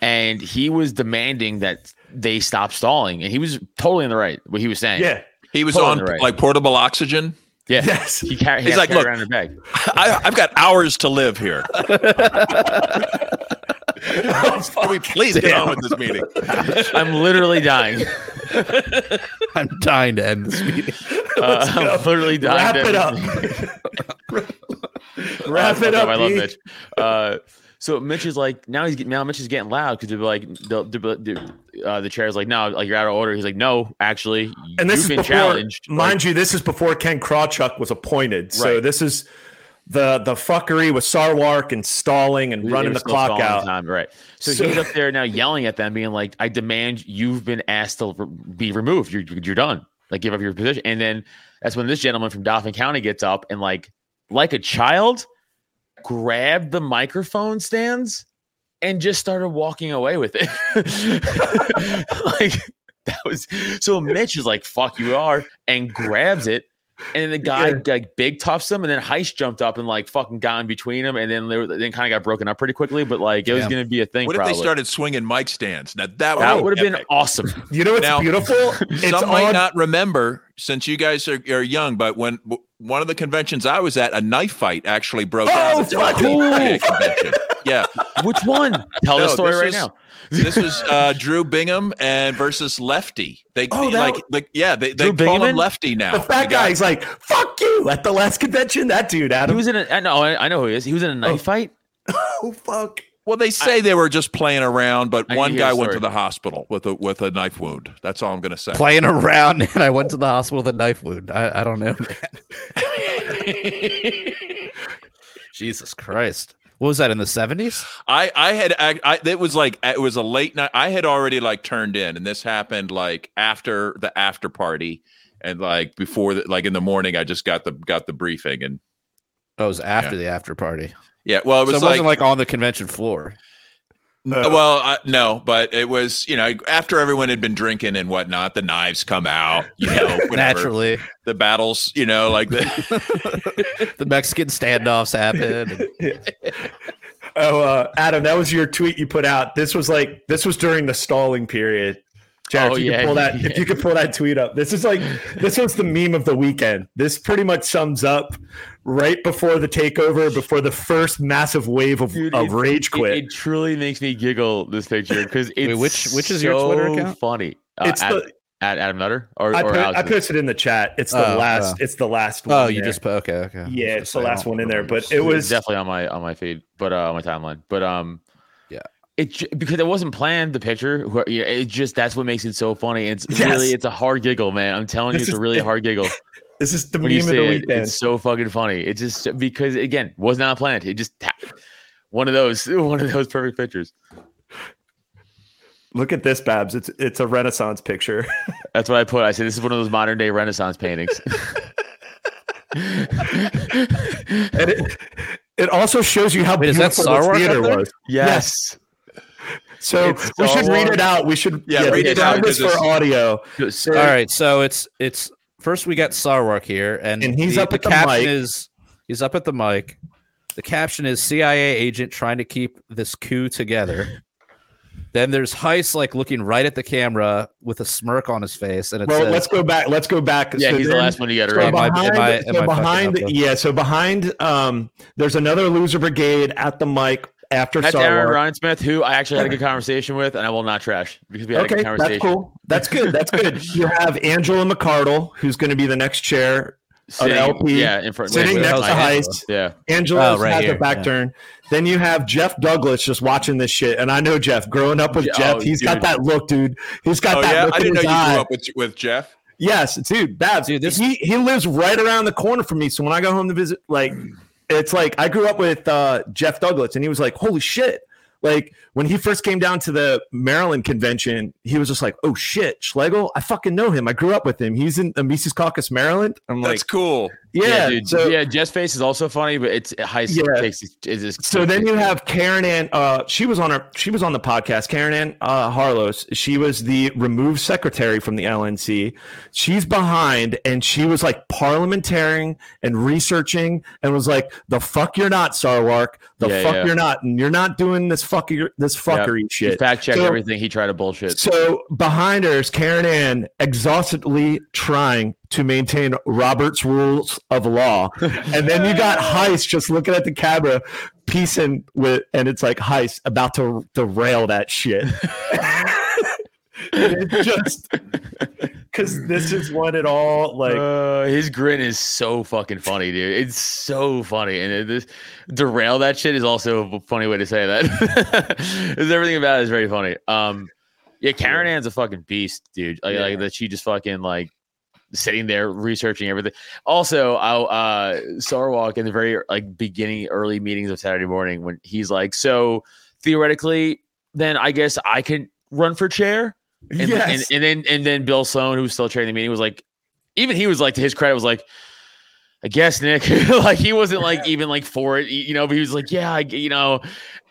and he was demanding that they stop stalling, and he was totally in the right what he was saying. yeah, He was Hold on on, right. like portable oxygen. yeah. yes. He, car- he He's had like, to carry "Look." around in a bag. I, I've got hours to live here. Can we please get on with this meeting? I'm literally dying. I'm dying to end this meeting. Uh, I'm literally dying. Wrap to- it up. Wrap I love- it up. I love B. Mitch. Uh, so Mitch is like now he's get- now Mitch is getting loud because they're like they'll, they'll, they'll- uh, the chair is like no like you're out of order. He's like no actually and you've this been is before, challenged. mind you, this is before Ken Krawchuk was appointed. So Right. this is the the fuckery with Sarwark and stalling and They running were the still clock stalling out. Time, right. So, So- he's up there now yelling at them, being like, I demand you've been asked to re- be removed. You're, you're done. Like, give up your position. And then that's when this gentleman from Dauphin County gets up and, like, like a child, grabbed the microphone stands and just started walking away with it. like, that was so Mitch is like, fuck you are, and grabs it. And the guy like big toughs him, and then Heist jumped up and like fucking got in between him, and then they were, then kind of got broken up pretty quickly. But like it was Yeah. gonna be a thing. What if probably. they started swinging mic stands? Now that, That would would have been awesome. You know what's Now- beautiful? It's Some might on not remember since you guys are, are young, but when w- one of the conventions I was at, a knife fight actually broke out. Oh, at the Dauphin cool. County convention. Yeah, Which one? Tell No, the story this right is- now. this was uh, Drew Bingham and versus Lefty. They Oh, that like, was- like yeah, they, they Drew call him Bingaman? Lefty now. the fat The guy. He's like, "Fuck you!" At the last convention, that dude, He Adam. was in a I know I I know who he is. He was in a knife fight. oh fuck. Well, they say they were just playing around, but I one hear the guy went to story. the hospital with a with a knife wound. That's all I'm gonna say. Playing around, and I went to the hospital with a knife wound. I, I don't know. Jesus Christ. What was that in the 70s? I I had I, I it was like it was a late night. I had already like turned in, and this happened like after the after party, and like before the like in the morning, I just got the got the briefing, and Oh, it was after the after party. yeah, well, it so was it like, wasn't like on the convention floor. Uh, Well, uh, no, but it was you know after everyone had been drinking and whatnot, the knives come out, you know, whatever. Naturally, the battles, you know, like the, the Mexican standoffs happen. and- Oh, uh, Adam, that was your tweet you put out. This was like this was during the stalling period. Jared, Oh, if you yeah, could pull that if you could pull that tweet up. This is like this was the meme of the weekend. This pretty much sums up right before the takeover, before the first massive wave of, Dude, of it- rage It- quit. It, truly makes me giggle this picture because it's which- which is your Twitter so account? Funny. Uh, it's at, the at Adam Nutter or, I, or put, Alex I Nutter? posted in the chat. It's the Oh, last oh. it's the last one. Oh, you there. just put okay, okay. I was Yeah, gonna it's the say, I last don't one in there, remember. but it was definitely on my on my feed, but uh, on my timeline. But um, Yeah. it ju- because it wasn't planned. The picture, wh- yeah, it just that's what makes it so funny. It's Yes. really it's a hard giggle, man. I'm telling This you, it's is- a really hard giggle. this is the when meme you of the say it, weekend. it's so fucking funny. It just because again was not planned. It just happened. One of those, one of those perfect pictures. Look at this, Babs. It's it's a Renaissance picture. That's what I put. I said this is one of those modern day Renaissance paintings. and it it also shows you how Wait, is that beautiful Star this Wars up theater there? was. yes. So It's we Star should read Wars. it out. We should Yeah, read it out, describe this 'cause for audio. Yes. All right, so it's it's first we got Sarwark here, and, And he's the, up at the caption mic. is he's up at the mic. The caption is CIA agent trying to keep this coup together. then there's Heist like looking right at the camera with a smirk on his face, and it Well, says, let's go back. Let's go back. Yeah, So he's the then- last one to get it so right. I- am behind, I- am so I fucking up behind though? yeah, so behind um there's another loser brigade at the mic after That's Aaron Sarwar. Ryan Smith, who I actually had a good conversation with, and I will not trash because we had a Okay, good that's conversation. cool. That's good. That's good. you have Angela McCardle, who's going to be the next chair. Sitting, LP, yeah, in front, sitting wait, next wait, to I- Heist. Yeah, Angela Oh, right has here, a back yeah. turn. Then you have Jeff Douglas just watching this shit. And I know Jeff. Growing up with Yeah, Jeff, oh, he's got dude. that look, dude. He's got oh that yeah, look I in didn't know his you eye. grew up with with Jeff. Yes, dude, Babs. Dude, this- he he lives right around the corner from me. So when I go home to visit, like, it's like I grew up with uh, Jeff Douglas, and he was like, "Holy shit!" Like when he first came down to the Maryland convention, he was just like, "Oh shit, Schlegel! I fucking know him. I grew up with him. He's in the Mises Caucus, Maryland." I'm like, That's cool. "Yeah." dude. so yeah, Jeff's face is also funny, but it's Heist Yeah. takes it. it is- so then you have Karen Ann. Uh, she was on our she was on the podcast. Karen Ann uh, Harlos. She was the removed secretary from the LNC. She's behind, and she was like parliamentarying and researching, and was like, "The fuck you're not Sarwark. The Yeah, fuck yeah. you're not. And You're not doing this fucker this fuckery He shit." fact checked So- everything. He tried to bullshit. So behind her is Karen Ann exhaustively trying to maintain Robert's rules of law. and then you got Heist just looking at the camera, piecing with, and it's like Heist about to derail that shit. And it just because this is what it all like. Uh, his grin is so fucking funny, dude. It's so funny, and it, this derail that shit is also a funny way to say that. 'Cause everything about it is very funny. Um, yeah, Karen Ann's a fucking beast, dude. Like, like that, she just fucking like sitting there researching everything. Also, I uh, Sarwalk in the very like beginning, early meetings of Saturday morning when he's like, so theoretically, then I guess I can run for chair. And, yes. and, and then and then Bill Sloan, who was still chairing the meeting, was like, even he was like, to his credit, was like, I guess Nick, like he wasn't like even like for it, you know. But he was like, yeah, I, g- you know.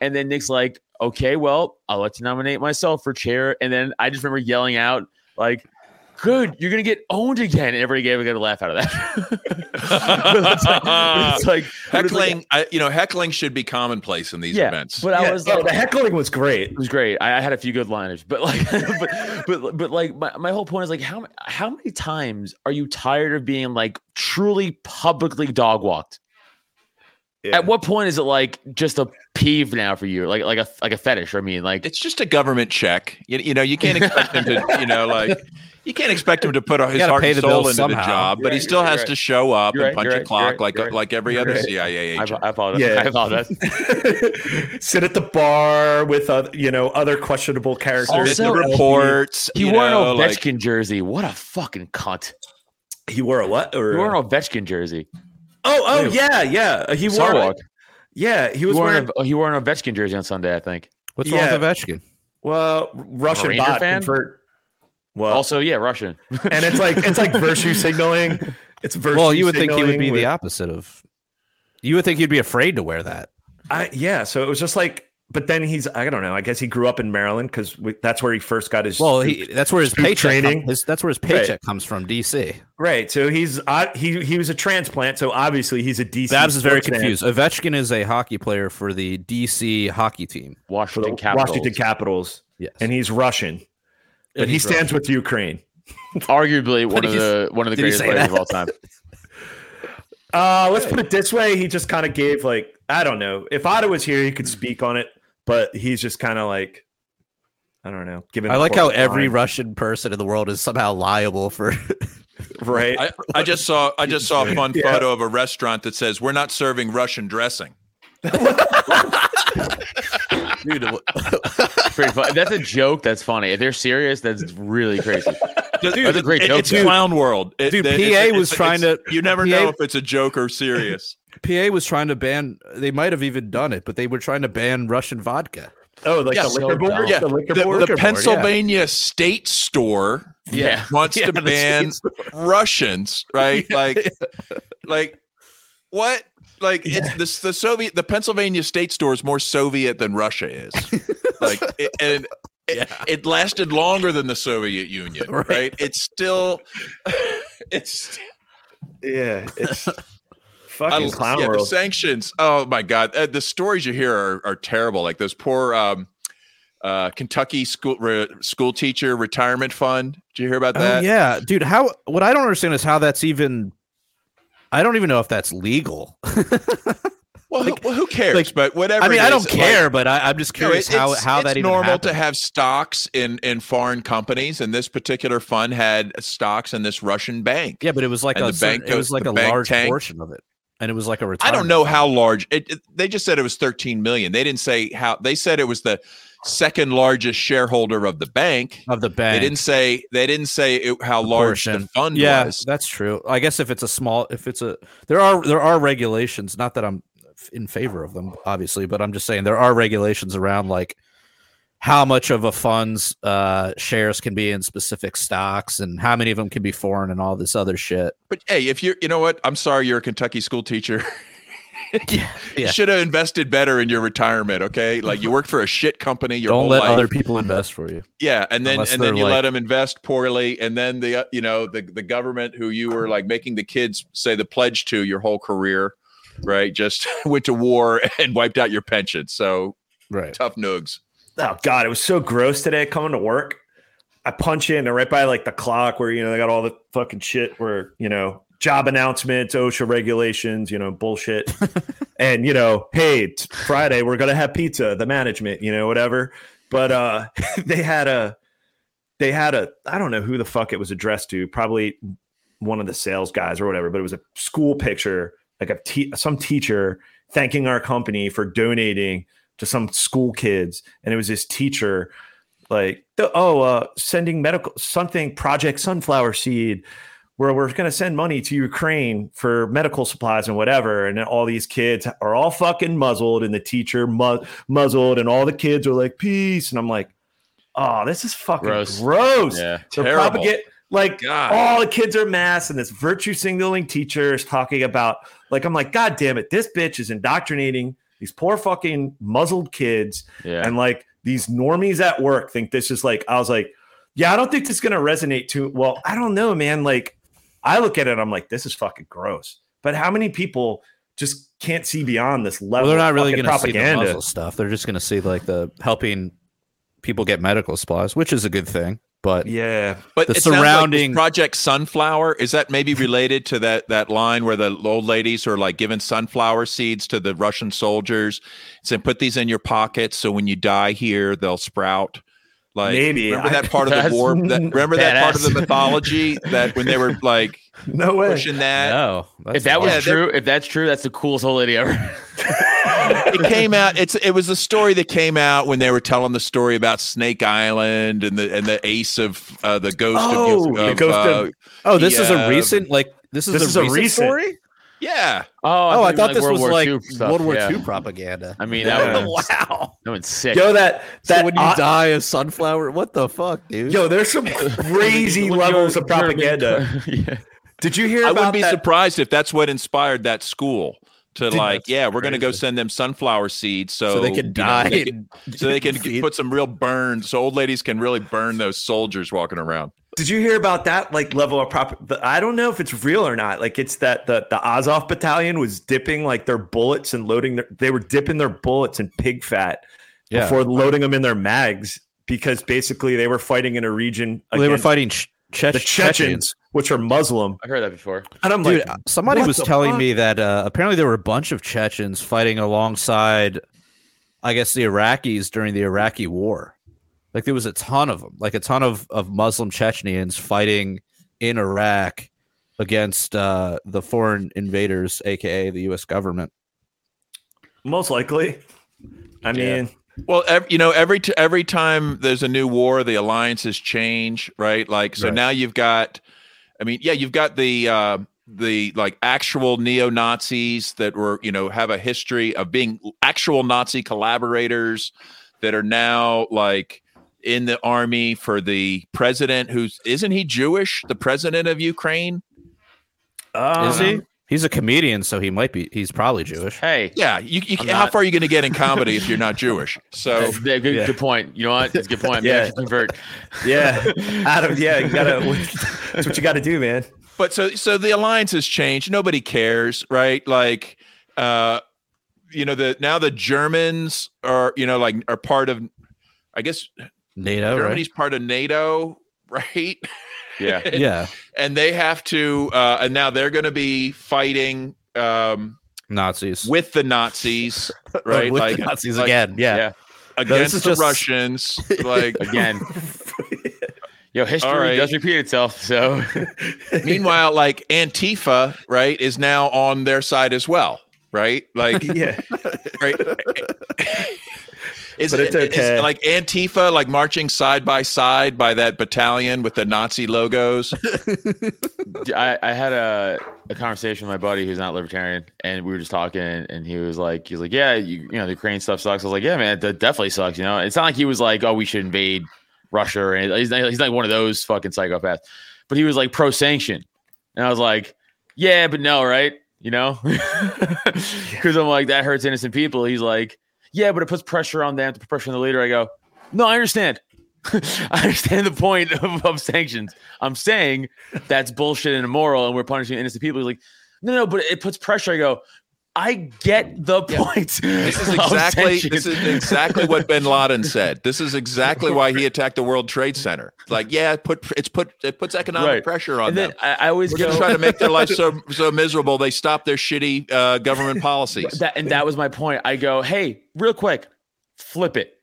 And then Nick's like, okay, well, I'll let you nominate myself for chair. And then I just remember yelling out like. Good, you're gonna get owned again. And everybody gave a good laugh out of that. But it's like, but it's like- but it's like- Heckling, I, you know, heckling should be commonplace in these yeah. events. But I Yeah, was oh, like, the heckling was great. it was great. I, I had a few good liners, but like, but, but but like, my, my whole point is like, how how many times are you tired of being like truly publicly dog walked? Yeah. At what point is it like just a peeve now for you, like like a like a fetish? I mean, like it's just a government check. You, you know, you can't expect him to, you know, like you can't expect him to put all his gotta heart pay and the soul bill into the somehow. job, but he You're still right, has you're to show up You're and right, punch you're a right, clock you're like right. like every You're other right. CIA I, agent. I apologize. Yeah. I apologize. Sit at the bar with other, you know, other questionable characters. Submit the Also, reports. He you wore know, an like- Ovechkin jersey. What a fucking cunt! He wore a what? Or He wore an Ovechkin jersey. oh, oh yeah, yeah. He wore. Sarwalk. Yeah, he He was wore, wearing an, he wore an Ovechkin jersey on Sunday, I think. "What's yeah. wrong with Ovechkin?" Well, Russian Ranger bot fan? convert. Well, Also, yeah, Russian. and it's like it's like virtue signaling. It's virtue. Well, you would think he would be the opposite. opposite of. You would think he'd be afraid to wear that. I, yeah, so it was just like but then he's I don't know. I guess he grew up in Maryland because that's where he first got his. Well, he, that's where his Street paycheck training. come- his, that's where his paycheck comes from, DC. right. So he's I he he was a transplant. So obviously he's a DC. Babs is very sports fan confused. Ovechkin is a hockey player for the DC hockey team. For the Washington Capitals. Washington Capitals, Yes. and he's Russian, but he he's stands with Ukraine. arguably one of he's- the one of the did he greatest say players that? of all time. Uh, let's put it this way. He just kind of gave like I don't know. If Otto was here, he could speak on it, but he's just kind of like I don't know. Giving I the like court how a every line. Russian person in the world is somehow liable for. right. I, I just saw I just saw a fun Yeah. photo of a restaurant that says we're not serving Russian dressing. Dude, what- Pretty fun. If That's a joke. That's funny. If they're serious, that's really crazy. that's a great It- joke. it's though. clown world. It- Dude, it- PA it's- was it's- trying it's- to- You never PA know if it's a joke or serious. PA was trying to ban. They might have even done it, but they were trying to ban Russian vodka. oh, like yeah, the so liquor board. dumb. Yeah, Yeah, the liquor The, board. the board, yeah. Pennsylvania State Store Yeah. wants to ban Russians, right? Like, like what? Like it's this the Soviet the Pennsylvania State Store is more Soviet than Russia is. like it, and it, it lasted longer than the Soviet Union, right? It's still it's yeah, it's I- fucking clown yeah, The world. sanctions. Oh my god, uh, the stories you hear are, are terrible. Like those poor um, uh, Kentucky school re, school teacher retirement fund. Did you hear about that? oh yeah, dude. How? What I don't understand is how that's even. I don't even know if that's legal. Well, who, well, who cares? like- but whatever. I mean, it I is, don't like, care, but I, I'm just you know, curious it- how it's- how it's that even normal to happened. have stocks in in foreign companies, and this particular fund had stocks in this Russian bank. Yeah, but it was like and a the certain- bank it goes- was like the a bank large tanked. portion of it, and it was like a I retirement. don't know fund. how large. It, it- they just said it was 13 million. They didn't say how. They said it was the second largest shareholder of the bank. of the bank. They didn't say they didn't say it, how large portion. the fund yeah, was. that's true. I guess if it's a small, if it's a, there are there are regulations. Not that I'm f- in favor of them, obviously, but I'm just saying there are regulations around like how much of a fund's uh, shares can be in specific stocks and how many of them can be foreign and all this other shit. But hey, if you're, you know what? I'm sorry, you're a Kentucky school teacher. Yeah, you yeah. should have invested better in your retirement. Okay, like you worked for a shit company your Uh-huh. Don't whole let life. other people invest for you. yeah, and then unless and then they're you like- let them invest poorly, and then the uh, you know the the government who you were like making the kids say the pledge to your whole career, right? Just went to war and wiped out your pension. So Right. tough noogs. oh god, it was so gross today coming to work. I punch in and right by like the clock where you know they got all the fucking shit where you know job announcements, OSHA regulations, you know bullshit, and you know hey it's Friday we're gonna have pizza, the management, you know whatever. But uh they had a they had a I don't know who the fuck it was addressed to, probably one of the sales guys or whatever. But it was a school picture, like a te- some teacher thanking our company for donating to some school kids and it was this teacher like the- oh uh sending medical something project sunflower seed where we're going to send money to ukraine for medical supplies and whatever and then all these kids are all fucking muzzled and the teacher mu- muzzled and all the kids are like peace and i'm like oh this is fucking Gross. gross, Yeah. They're Terrible. propagate- like God. Oh, all the kids are mass and this virtue signaling teacher is talking about like i'm like god damn it this bitch is indoctrinating these poor fucking muzzled kids Yeah. and like these normies at work think this is like i was like yeah i don't think this is going to resonate too well i don't know man like i look at it i'm like this is fucking gross but how many people just can't see beyond this Well, level they're not of really fucking going to see the propaganda muzzle stuff. They're just going to see like the helping people get medical supplies, which is a good thing. But yeah But the it sounds like this surrounding- Project Sunflower is that maybe related to that that line where the old ladies are like giving sunflower seeds to the Russian soldiers, saying put these in your pockets so when you die here they'll sprout. Like Maybe. remember I- that part of That's the war. That, remember that part of the badass. mythology that when they were like no way pushing that, no, If that was Yeah, they're- true, if that's true, that's the coolest whole lady ever. it came out. It's it was the story that came out when they were telling the story about Snake Island and the and the ace of uh, the ghost Oh, of, the of, ghost of- uh, Oh, this is Yeah, a recent like this is, this a, is a recent recent- story. yeah. Oh, Oh, I you meant, thought this was like II stuff. World War Yeah. II propaganda. I mean, Yeah. that, was, Wow. that was sick. yo that So that when you uh, die a sunflower, what the fuck, dude? yo there's some crazy levels of propaganda yeah. Did you hear I about wouldn't be that? surprised if that's what inspired that school. to like, yeah, we're gonna go send them sunflower seeds so, so they you can know, die. they can- and so they can feed- put some real burn, so old ladies can really burn those soldiers walking around. Did you hear about that like level of prop? the- I don't know if it's real or not. Like it's that the the Azov battalion was dipping like their bullets and loading their they were dipping their bullets in pig fat Yeah. before loading them in their mags because basically they were fighting in a region Well, they were against fighting Ch- Chech- the Chechens, Chechens. which are Muslim. I've heard that before. And I'm Dude, uh, like, somebody what was the telling fuck? me that uh, apparently there were a bunch of Chechens fighting alongside, I guess, the Iraqis during the Iraqi war. Like there was a ton of them, like a ton of, of Muslim Chechens fighting in Iraq against uh, the foreign invaders, aka the U.S. government. most likely. I mean, Well, ev- you know, every t- every time there's a new war, the alliances change, right? Like, so now you've got, I mean, yeah, you've got the uh, the like actual neo Nazis that were, you know, have a history of being actual Nazi collaborators that are now like in the army for the president who's isn't he Jewish? The president of Ukraine? um, Is he? He's a comedian, so he might be. He's probably Jewish. Hey, Yeah, you, you, I'm how not- far are you going to get in comedy if you're not Jewish? So. yeah, good, Yeah. good point. You know what? It's a good point. Yeah. Yeah, convert. Yeah, Adam. Yeah, you gotta. That's what you gotta do, man. but so so the alliance has changed nobody cares right like uh you know the now the germans are you know like are part of i guess NATO, Oh, right? germany's part of nato right Yeah, Yeah, and they have to uh and now they're going to be fighting um Nazis. with the nazis right with like the Nazis like again. Yeah. yeah. against is the just- russians like Again, yo, history All right. does repeat itself. So meanwhile like antifa right is now on their side as well right like Yeah, right? is But it's it- is okay. like Antifa, like marching side by side by that battalion with the Nazi logos. D- I, I had a, a conversation with my buddy who's not libertarian, and we were just talking, and he was like, he's like, yeah, you, you know, the Ukraine stuff sucks. I was like, yeah, man, that definitely sucks. You know, it's not like he was like, oh, we should invade Russia, or anything. He's not, he's not one of those fucking psychopaths. But he was like pro sanction, and I was like, yeah, but no, right? You know, because I'm like that hurts innocent people. He's like, yeah, but it puts pressure on them, to put pressure on the leader. I go, no, I understand. I understand the point of, of sanctions. I'm saying that's bullshit and immoral, and we're punishing innocent people. He's like, no, no, but it puts pressure. I go, I get the point. This is exactly this is exactly what Bin Laden said. This is exactly why he attacked the World Trade Center. Like, yeah, it put it's put it puts economic Right. pressure on And then them. I, I always We're go, just trying to make their life so so miserable they stop their shitty uh, government policies. that, and that was my point. I go, hey, real quick, flip it.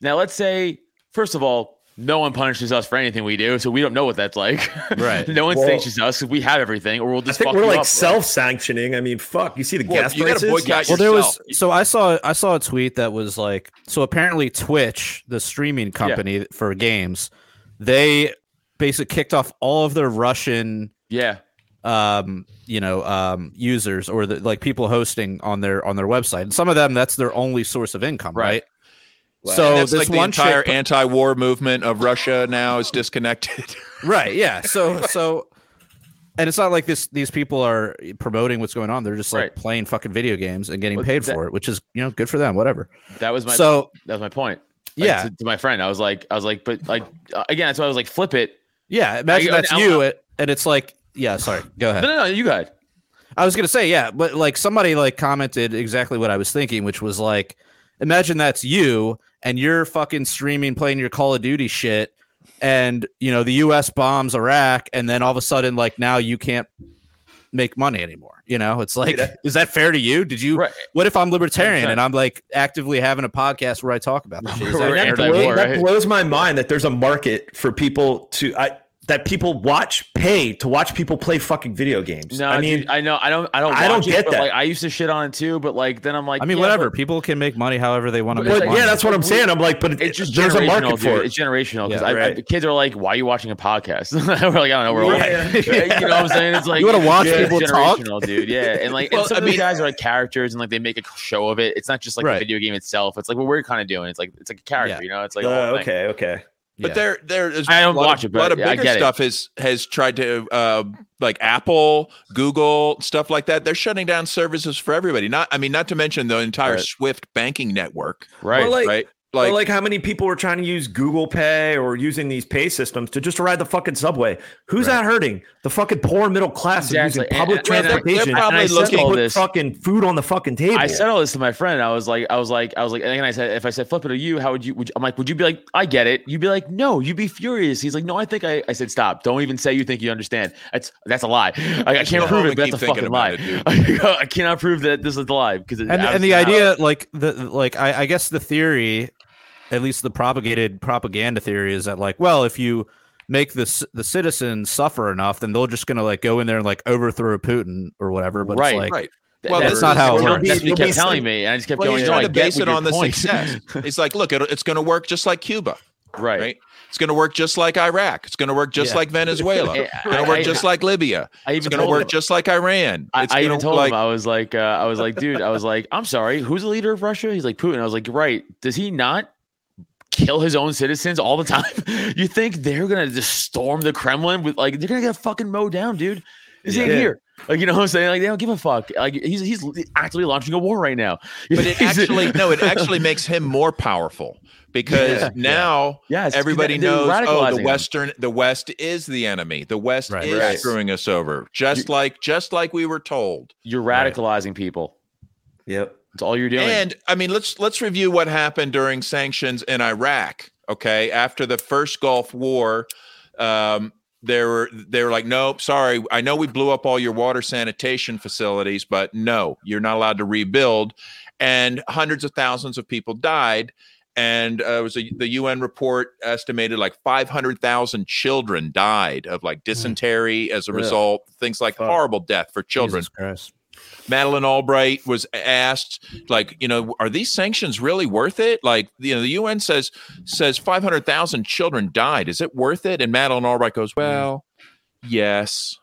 Now let's say, first of all, no one punishes us for anything we do, so we don't know what that's like. Right. no one Well- sanctions us. We have everything, or we'll I just think fuck we're you like up. self-sanctioning. I mean, fuck. You see the Well, gas you gotta prices. boycott well there was so yourself. i saw i saw a tweet that was like so apparently twitch the streaming company for games they basically kicked off all of their russian Yeah. um you know um users or the like people hosting on their on their website and some of them that's their only source of income right, Right. so And that's this like the one entire chick- anti-war movement of Russia now is disconnected. right yeah so so and it's not like this these people are promoting what's going on they're just like Right. playing fucking video games and getting Well, paid that- for it which is you know good for them whatever That was my so that was my point. Like, yeah to, to my friend, I was like, I was like, but like uh, again, that's why I was like, flip it. Yeah, imagine I- that's I- you, it, and it's like, yeah, sorry, go No, ahead. no, no, you got it. I was gonna say, yeah, but like somebody like commented exactly what I was thinking, which was like, imagine that's you, and you're fucking streaming, playing your Call of Duty shit, and you know the U.S. bombs Iraq, and then all of a sudden, like now you can't make money anymore. You know, it's like, is that fair to you? Did you? Right. What if I'm libertarian 100%. and I'm like actively having a podcast where I talk about this shit? Is that We're fair that, to anti- you? blows, anti-war, that right? blows my mind that there's a market for people to I, that people watch pay to watch people play fucking video games. No, I mean, I know, I don't, I don't, I watch don't it, get but, that. Like, I used to shit on it too, but like then I'm like, I mean, yeah, whatever. but People can make money however they want to But- make but money. yeah, that's what I'm saying. I'm like, but it- It's just there's a generational, market dude. for It's it. generational because Yeah, I, right. kids are like, "Why are you watching a podcast?" we're like, "I don't know, we're old." Yeah. you know what I'm saying? It's like You wanna watch it's people talk? generational, dude. Yeah, and like, and Well, some I of these mean- guys are like characters, and like they make a show of it. It's not just like Right. the video game itself. It's like what we're kind of doing. It's like it's like a character, Yeah. you know? It's like Uh, a whole thing. okay, okay. But Yeah. there, there is. I don't a lot watch of, it, but lot of yeah, I bigger get it. stuff has has tried to uh, like Apple, Google, stuff like that. They're shutting down services for everybody. Not, I mean, not to mention the entire Right. Swift banking network. Right. Well, like, right? Like, Like, like how many people are trying to use Google Pay or using these pay systems to just ride the fucking subway? Who's that hurting? The fucking poor middle class and Exactly. using And- and- public and they're- transportation. they're probably and just looking- put this- fucking food on the fucking table. I said all this to my friend. I was like, I was like, I was like, and then I said, if I said flip it to you, how would you, would you? I'm like, would you be like, I get it. You'd be like, no, you'd be furious. He's like, no, I think I. I said, stop. Don't even say you think you understand. That's that's a lie. I, I can't Yeah. prove Probably it. But keep that's a fucking thinking lie. about I cannot prove that this is a lie because it and and obviously the not. idea like the like I, I guess the theory at least the propagated propaganda theory is that like well if you make the c- the citizens suffer enough then they're just gonna like go in there and like overthrow putin or whatever but Right, it's like right. Th- Well, that's not how it that's works. That's what he It'll be kept telling some- me, and I just kept well, going. he's No, trying I to base it on the success. success. It's like, look, it, it's going to work just like Cuba, right. right? It's going to work just like Iraq. It's going to work just Yeah. like Venezuela. Yeah, It's going I- to work I- just like Libya. I even It's going to told work him. just like Iran. I, It's I even gonna told like, him I was like uh, I was like dude I was like I'm sorry who's the leader of Russia he's like Putin I was like right does he not kill his own citizens all the time you think they're gonna just storm the Kremlin with like they're gonna get fucking mowed down dude this ain't Yeah. here like you know what I'm saying like they don't give a fuck like he's he's actively launching a war right now but it actually no, it actually makes him more powerful because Yeah. now Yes, 'cause they- everybody they're knows oh radicalizing the him. western the west is the enemy. The west Right. is Right. screwing us over. Just like just like we were told. you're radicalizing people Yep. that's all you're doing And I mean, let's let's review what happened during sanctions in Iraq. Okay, after the first Gulf War, um, they were they were like, nope, sorry, I know we blew up all your water sanitation facilities, but no, you're not allowed to rebuild. And hundreds of thousands of people died. And uh, it was a, the UN report estimated like 500,000 children died of like dysentery as a result, things like Fuck. horrible death for children. Jesus Christ. Madeline Albright was asked, like, you know, are these sanctions really worth it? Like, you know, the UN says says five hundred thousand children died. Is it worth it? And Madeline Albright Mm. goes, well, yes,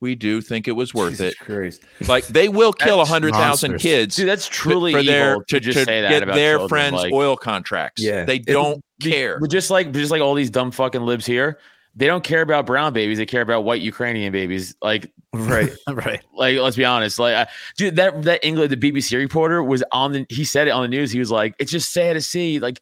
we do think it was worth Jesus it. Christ. Like, they will kill hundred thousand monstrous. kids dude that's truly for their evil to, just say that get about their children, friends like- oil contracts. Yeah. they don't care. But just like just like all these dumb fucking libs here, they don't care about brown babies. They care about white Ukrainian babies. Like Right. right like let's be honest. Like I, dude, that that England the BBC reporter was on the he said it on the news. He was like, it's just sad to see like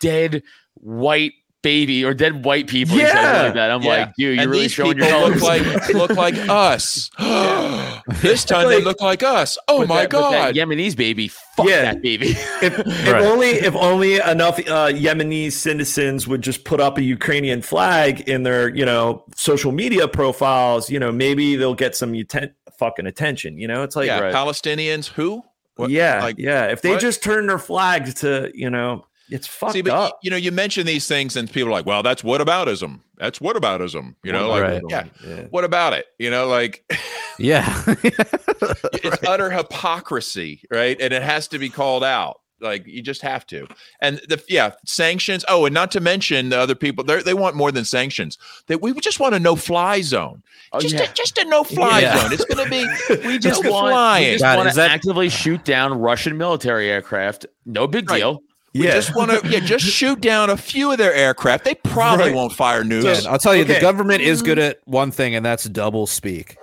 dead white baby or dead white people. He said something Yeah. like that. I'm Yeah. like, dude, you're and really these showing your people colors. look like look like us. this time they look like us. Oh But my that- but that god! Yemenis baby, fuck Yeah. that baby. if, if only if only enough uh, Yemeni citizens would just put up a Ukrainian flag in their you know social media profiles, you know maybe they'll get some uten- fucking attention. You know, it's like yeah, right. Palestinians who? What- yeah, like, yeah. If they what? just turn their flags to you know, it's fucked See, but y- up. you know, you mention these things, and people are like, "Well, that's whataboutism. That's whataboutism." You know, like, Right. yeah, Yeah. what about it? You know, like yeah it's utter hypocrisy, right? And it has to be called out. Like you just have to. And the yeah, sanctions. Oh, and not to mention the other people. They they want more than sanctions. That we just want a no fly zone. Oh, just yeah. a, just a no fly Yeah. zone. It's going to be We just no want, flying. We just God, want is to that- actively shoot down Russian military aircraft. No big Right. deal. We yeah. just want to yeah, just shoot down a few of their aircraft. They probably Right. won't fire nukes. Man, i'll tell you the Okay. government is good at one thing and that's double speak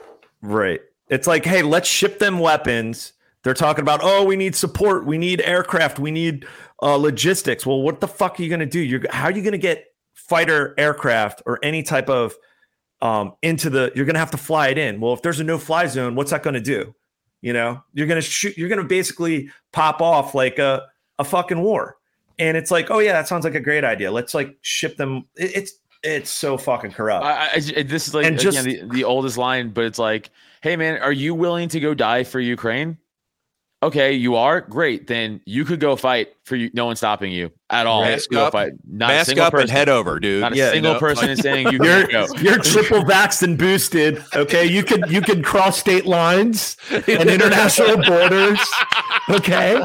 Right. It's like, hey, let's ship them weapons. They're talking about, oh, we need support, we need aircraft, we need uh, logistics. Well, what the fuck are you going to do? You're how are you going to get fighter aircraft or any type of um, into the? You're going to have to fly it in. Well, if there's a no-fly zone, what's that going to do? You know, you're going to shoot. You're going to basically pop off like a a fucking war. And it's like, oh yeah, that sounds like a great idea. Let's like ship them. It, it's it's so fucking corrupt. I, I, I- this is like And again, just- the, the oldest line, but it's like, hey man, are you willing to go die for Ukraine? Okay, you are great. Then you could go fight for you. No one's stopping you at all. Mask Go up- fight. Not a Mask single up person. and head over, dude. Not a Yeah, you single know, person like- is saying you You're can go. you're triple vaxxed and boosted. Okay, you can you can cross state lines and international borders. Okay,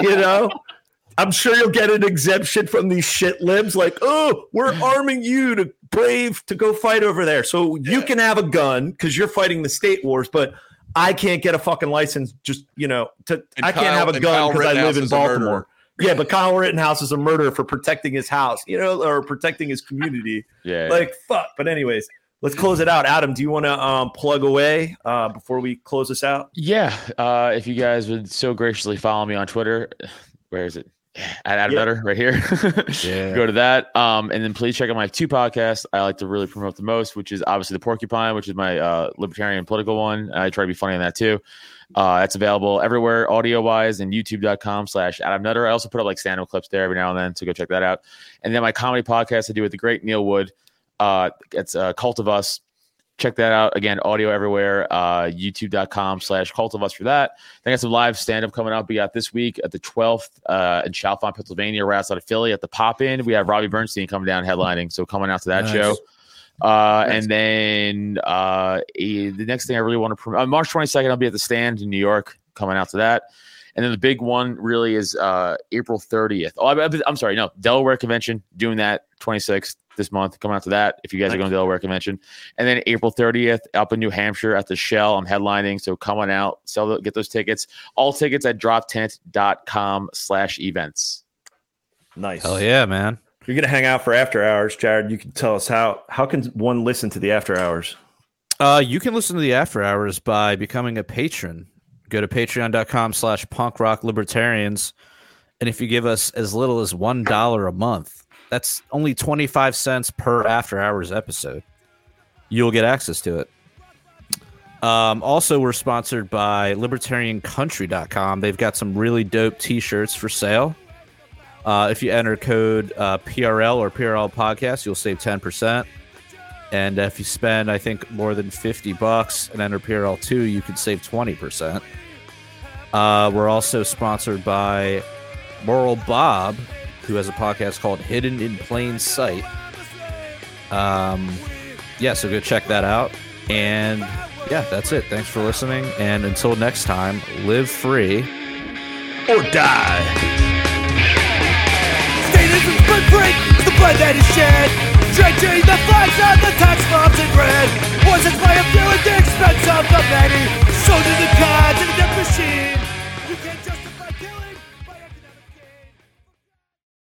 you know. I'm sure you'll get an exemption from these shit libs. Like, oh, we're arming you to brave to go fight over there. So you can have a gun because you're fighting the state wars, but I can't get a fucking license. Just you know, to And I can't Kyle- have a and gun Kyle because I live Rittenhouse in is a murderer. Baltimore. yeah, but Kyle Rittenhouse is a murderer for protecting his house, you know, or protecting his community. Yeah. Like fuck. But anyways, let's close it out. Adam, do you want to um, plug away uh, before we close this out? yeah. Uh, if you guys would so graciously follow me on Twitter, where is it? At Adam Yeah. Nutter, right here. Go to that. Um, and then please check out my two podcasts I like to really promote the most, which is obviously The Porcupine, which is my uh, libertarian political one. I try to be funny on that too. Uh, that's available everywhere, audio wise, and youtube.com slash Adam Nutter. I also put up like stand up clips there every now and then, so go check that out. And then my comedy podcast I do with the great Neil Wood. Uh, it's uh, Cult of Us. Check that out again, audio everywhere, uh, youtube.com slash cult of us for that. Then I got some live stand up coming up. We got this week at the 12th uh, in Chalfont, Pennsylvania, right outside of Philly at the pop in. We have Robbie Bernstein coming down headlining, so coming out to that Nice. show. Uh, and then uh, eh, the next thing I really want to promote, uh, March 22nd, I'll be at the stand in New York coming out to that. And then the big one really is uh, April 30th. Oh, I, am sorry. No, Delaware Convention doing that 26th this month. Come out to that if you guys are going to Delaware Convention. And then April 30th up in New Hampshire at the Shell. I'm headlining. So come on out, sell, the, get those tickets. All tickets at droptent.com slash events. Nice. Hell yeah, man. You're gonna hang out for after hours, Jared. You can tell us how how can one listen to the after hours? Uh, you can listen to the after hours by becoming a patron. Go to patreon.com slash punk rock libertarians. And if you give us as little as one dollar a month, that's only 25 cents per after hours episode. You'll get access to it. Um, also, we're sponsored by libertariancountry.com. They've got some really dope t shirts for sale. Uh, if you enter code uh, PRL or PRL podcast, you'll save 10%. And if you spend, I think, more than 50 bucks and enter PRL2, you can save 20%. Uh, we're also sponsored by Moral Bob, who has a podcast called Hidden in Plain Sight. Um, yeah, so go check that out. And yeah, that's it. Thanks for listening. And until next time, live free. Statism's footprint is the blood that is shed. Drenching the flags on the tax bombs in red. Voices by a few and dicks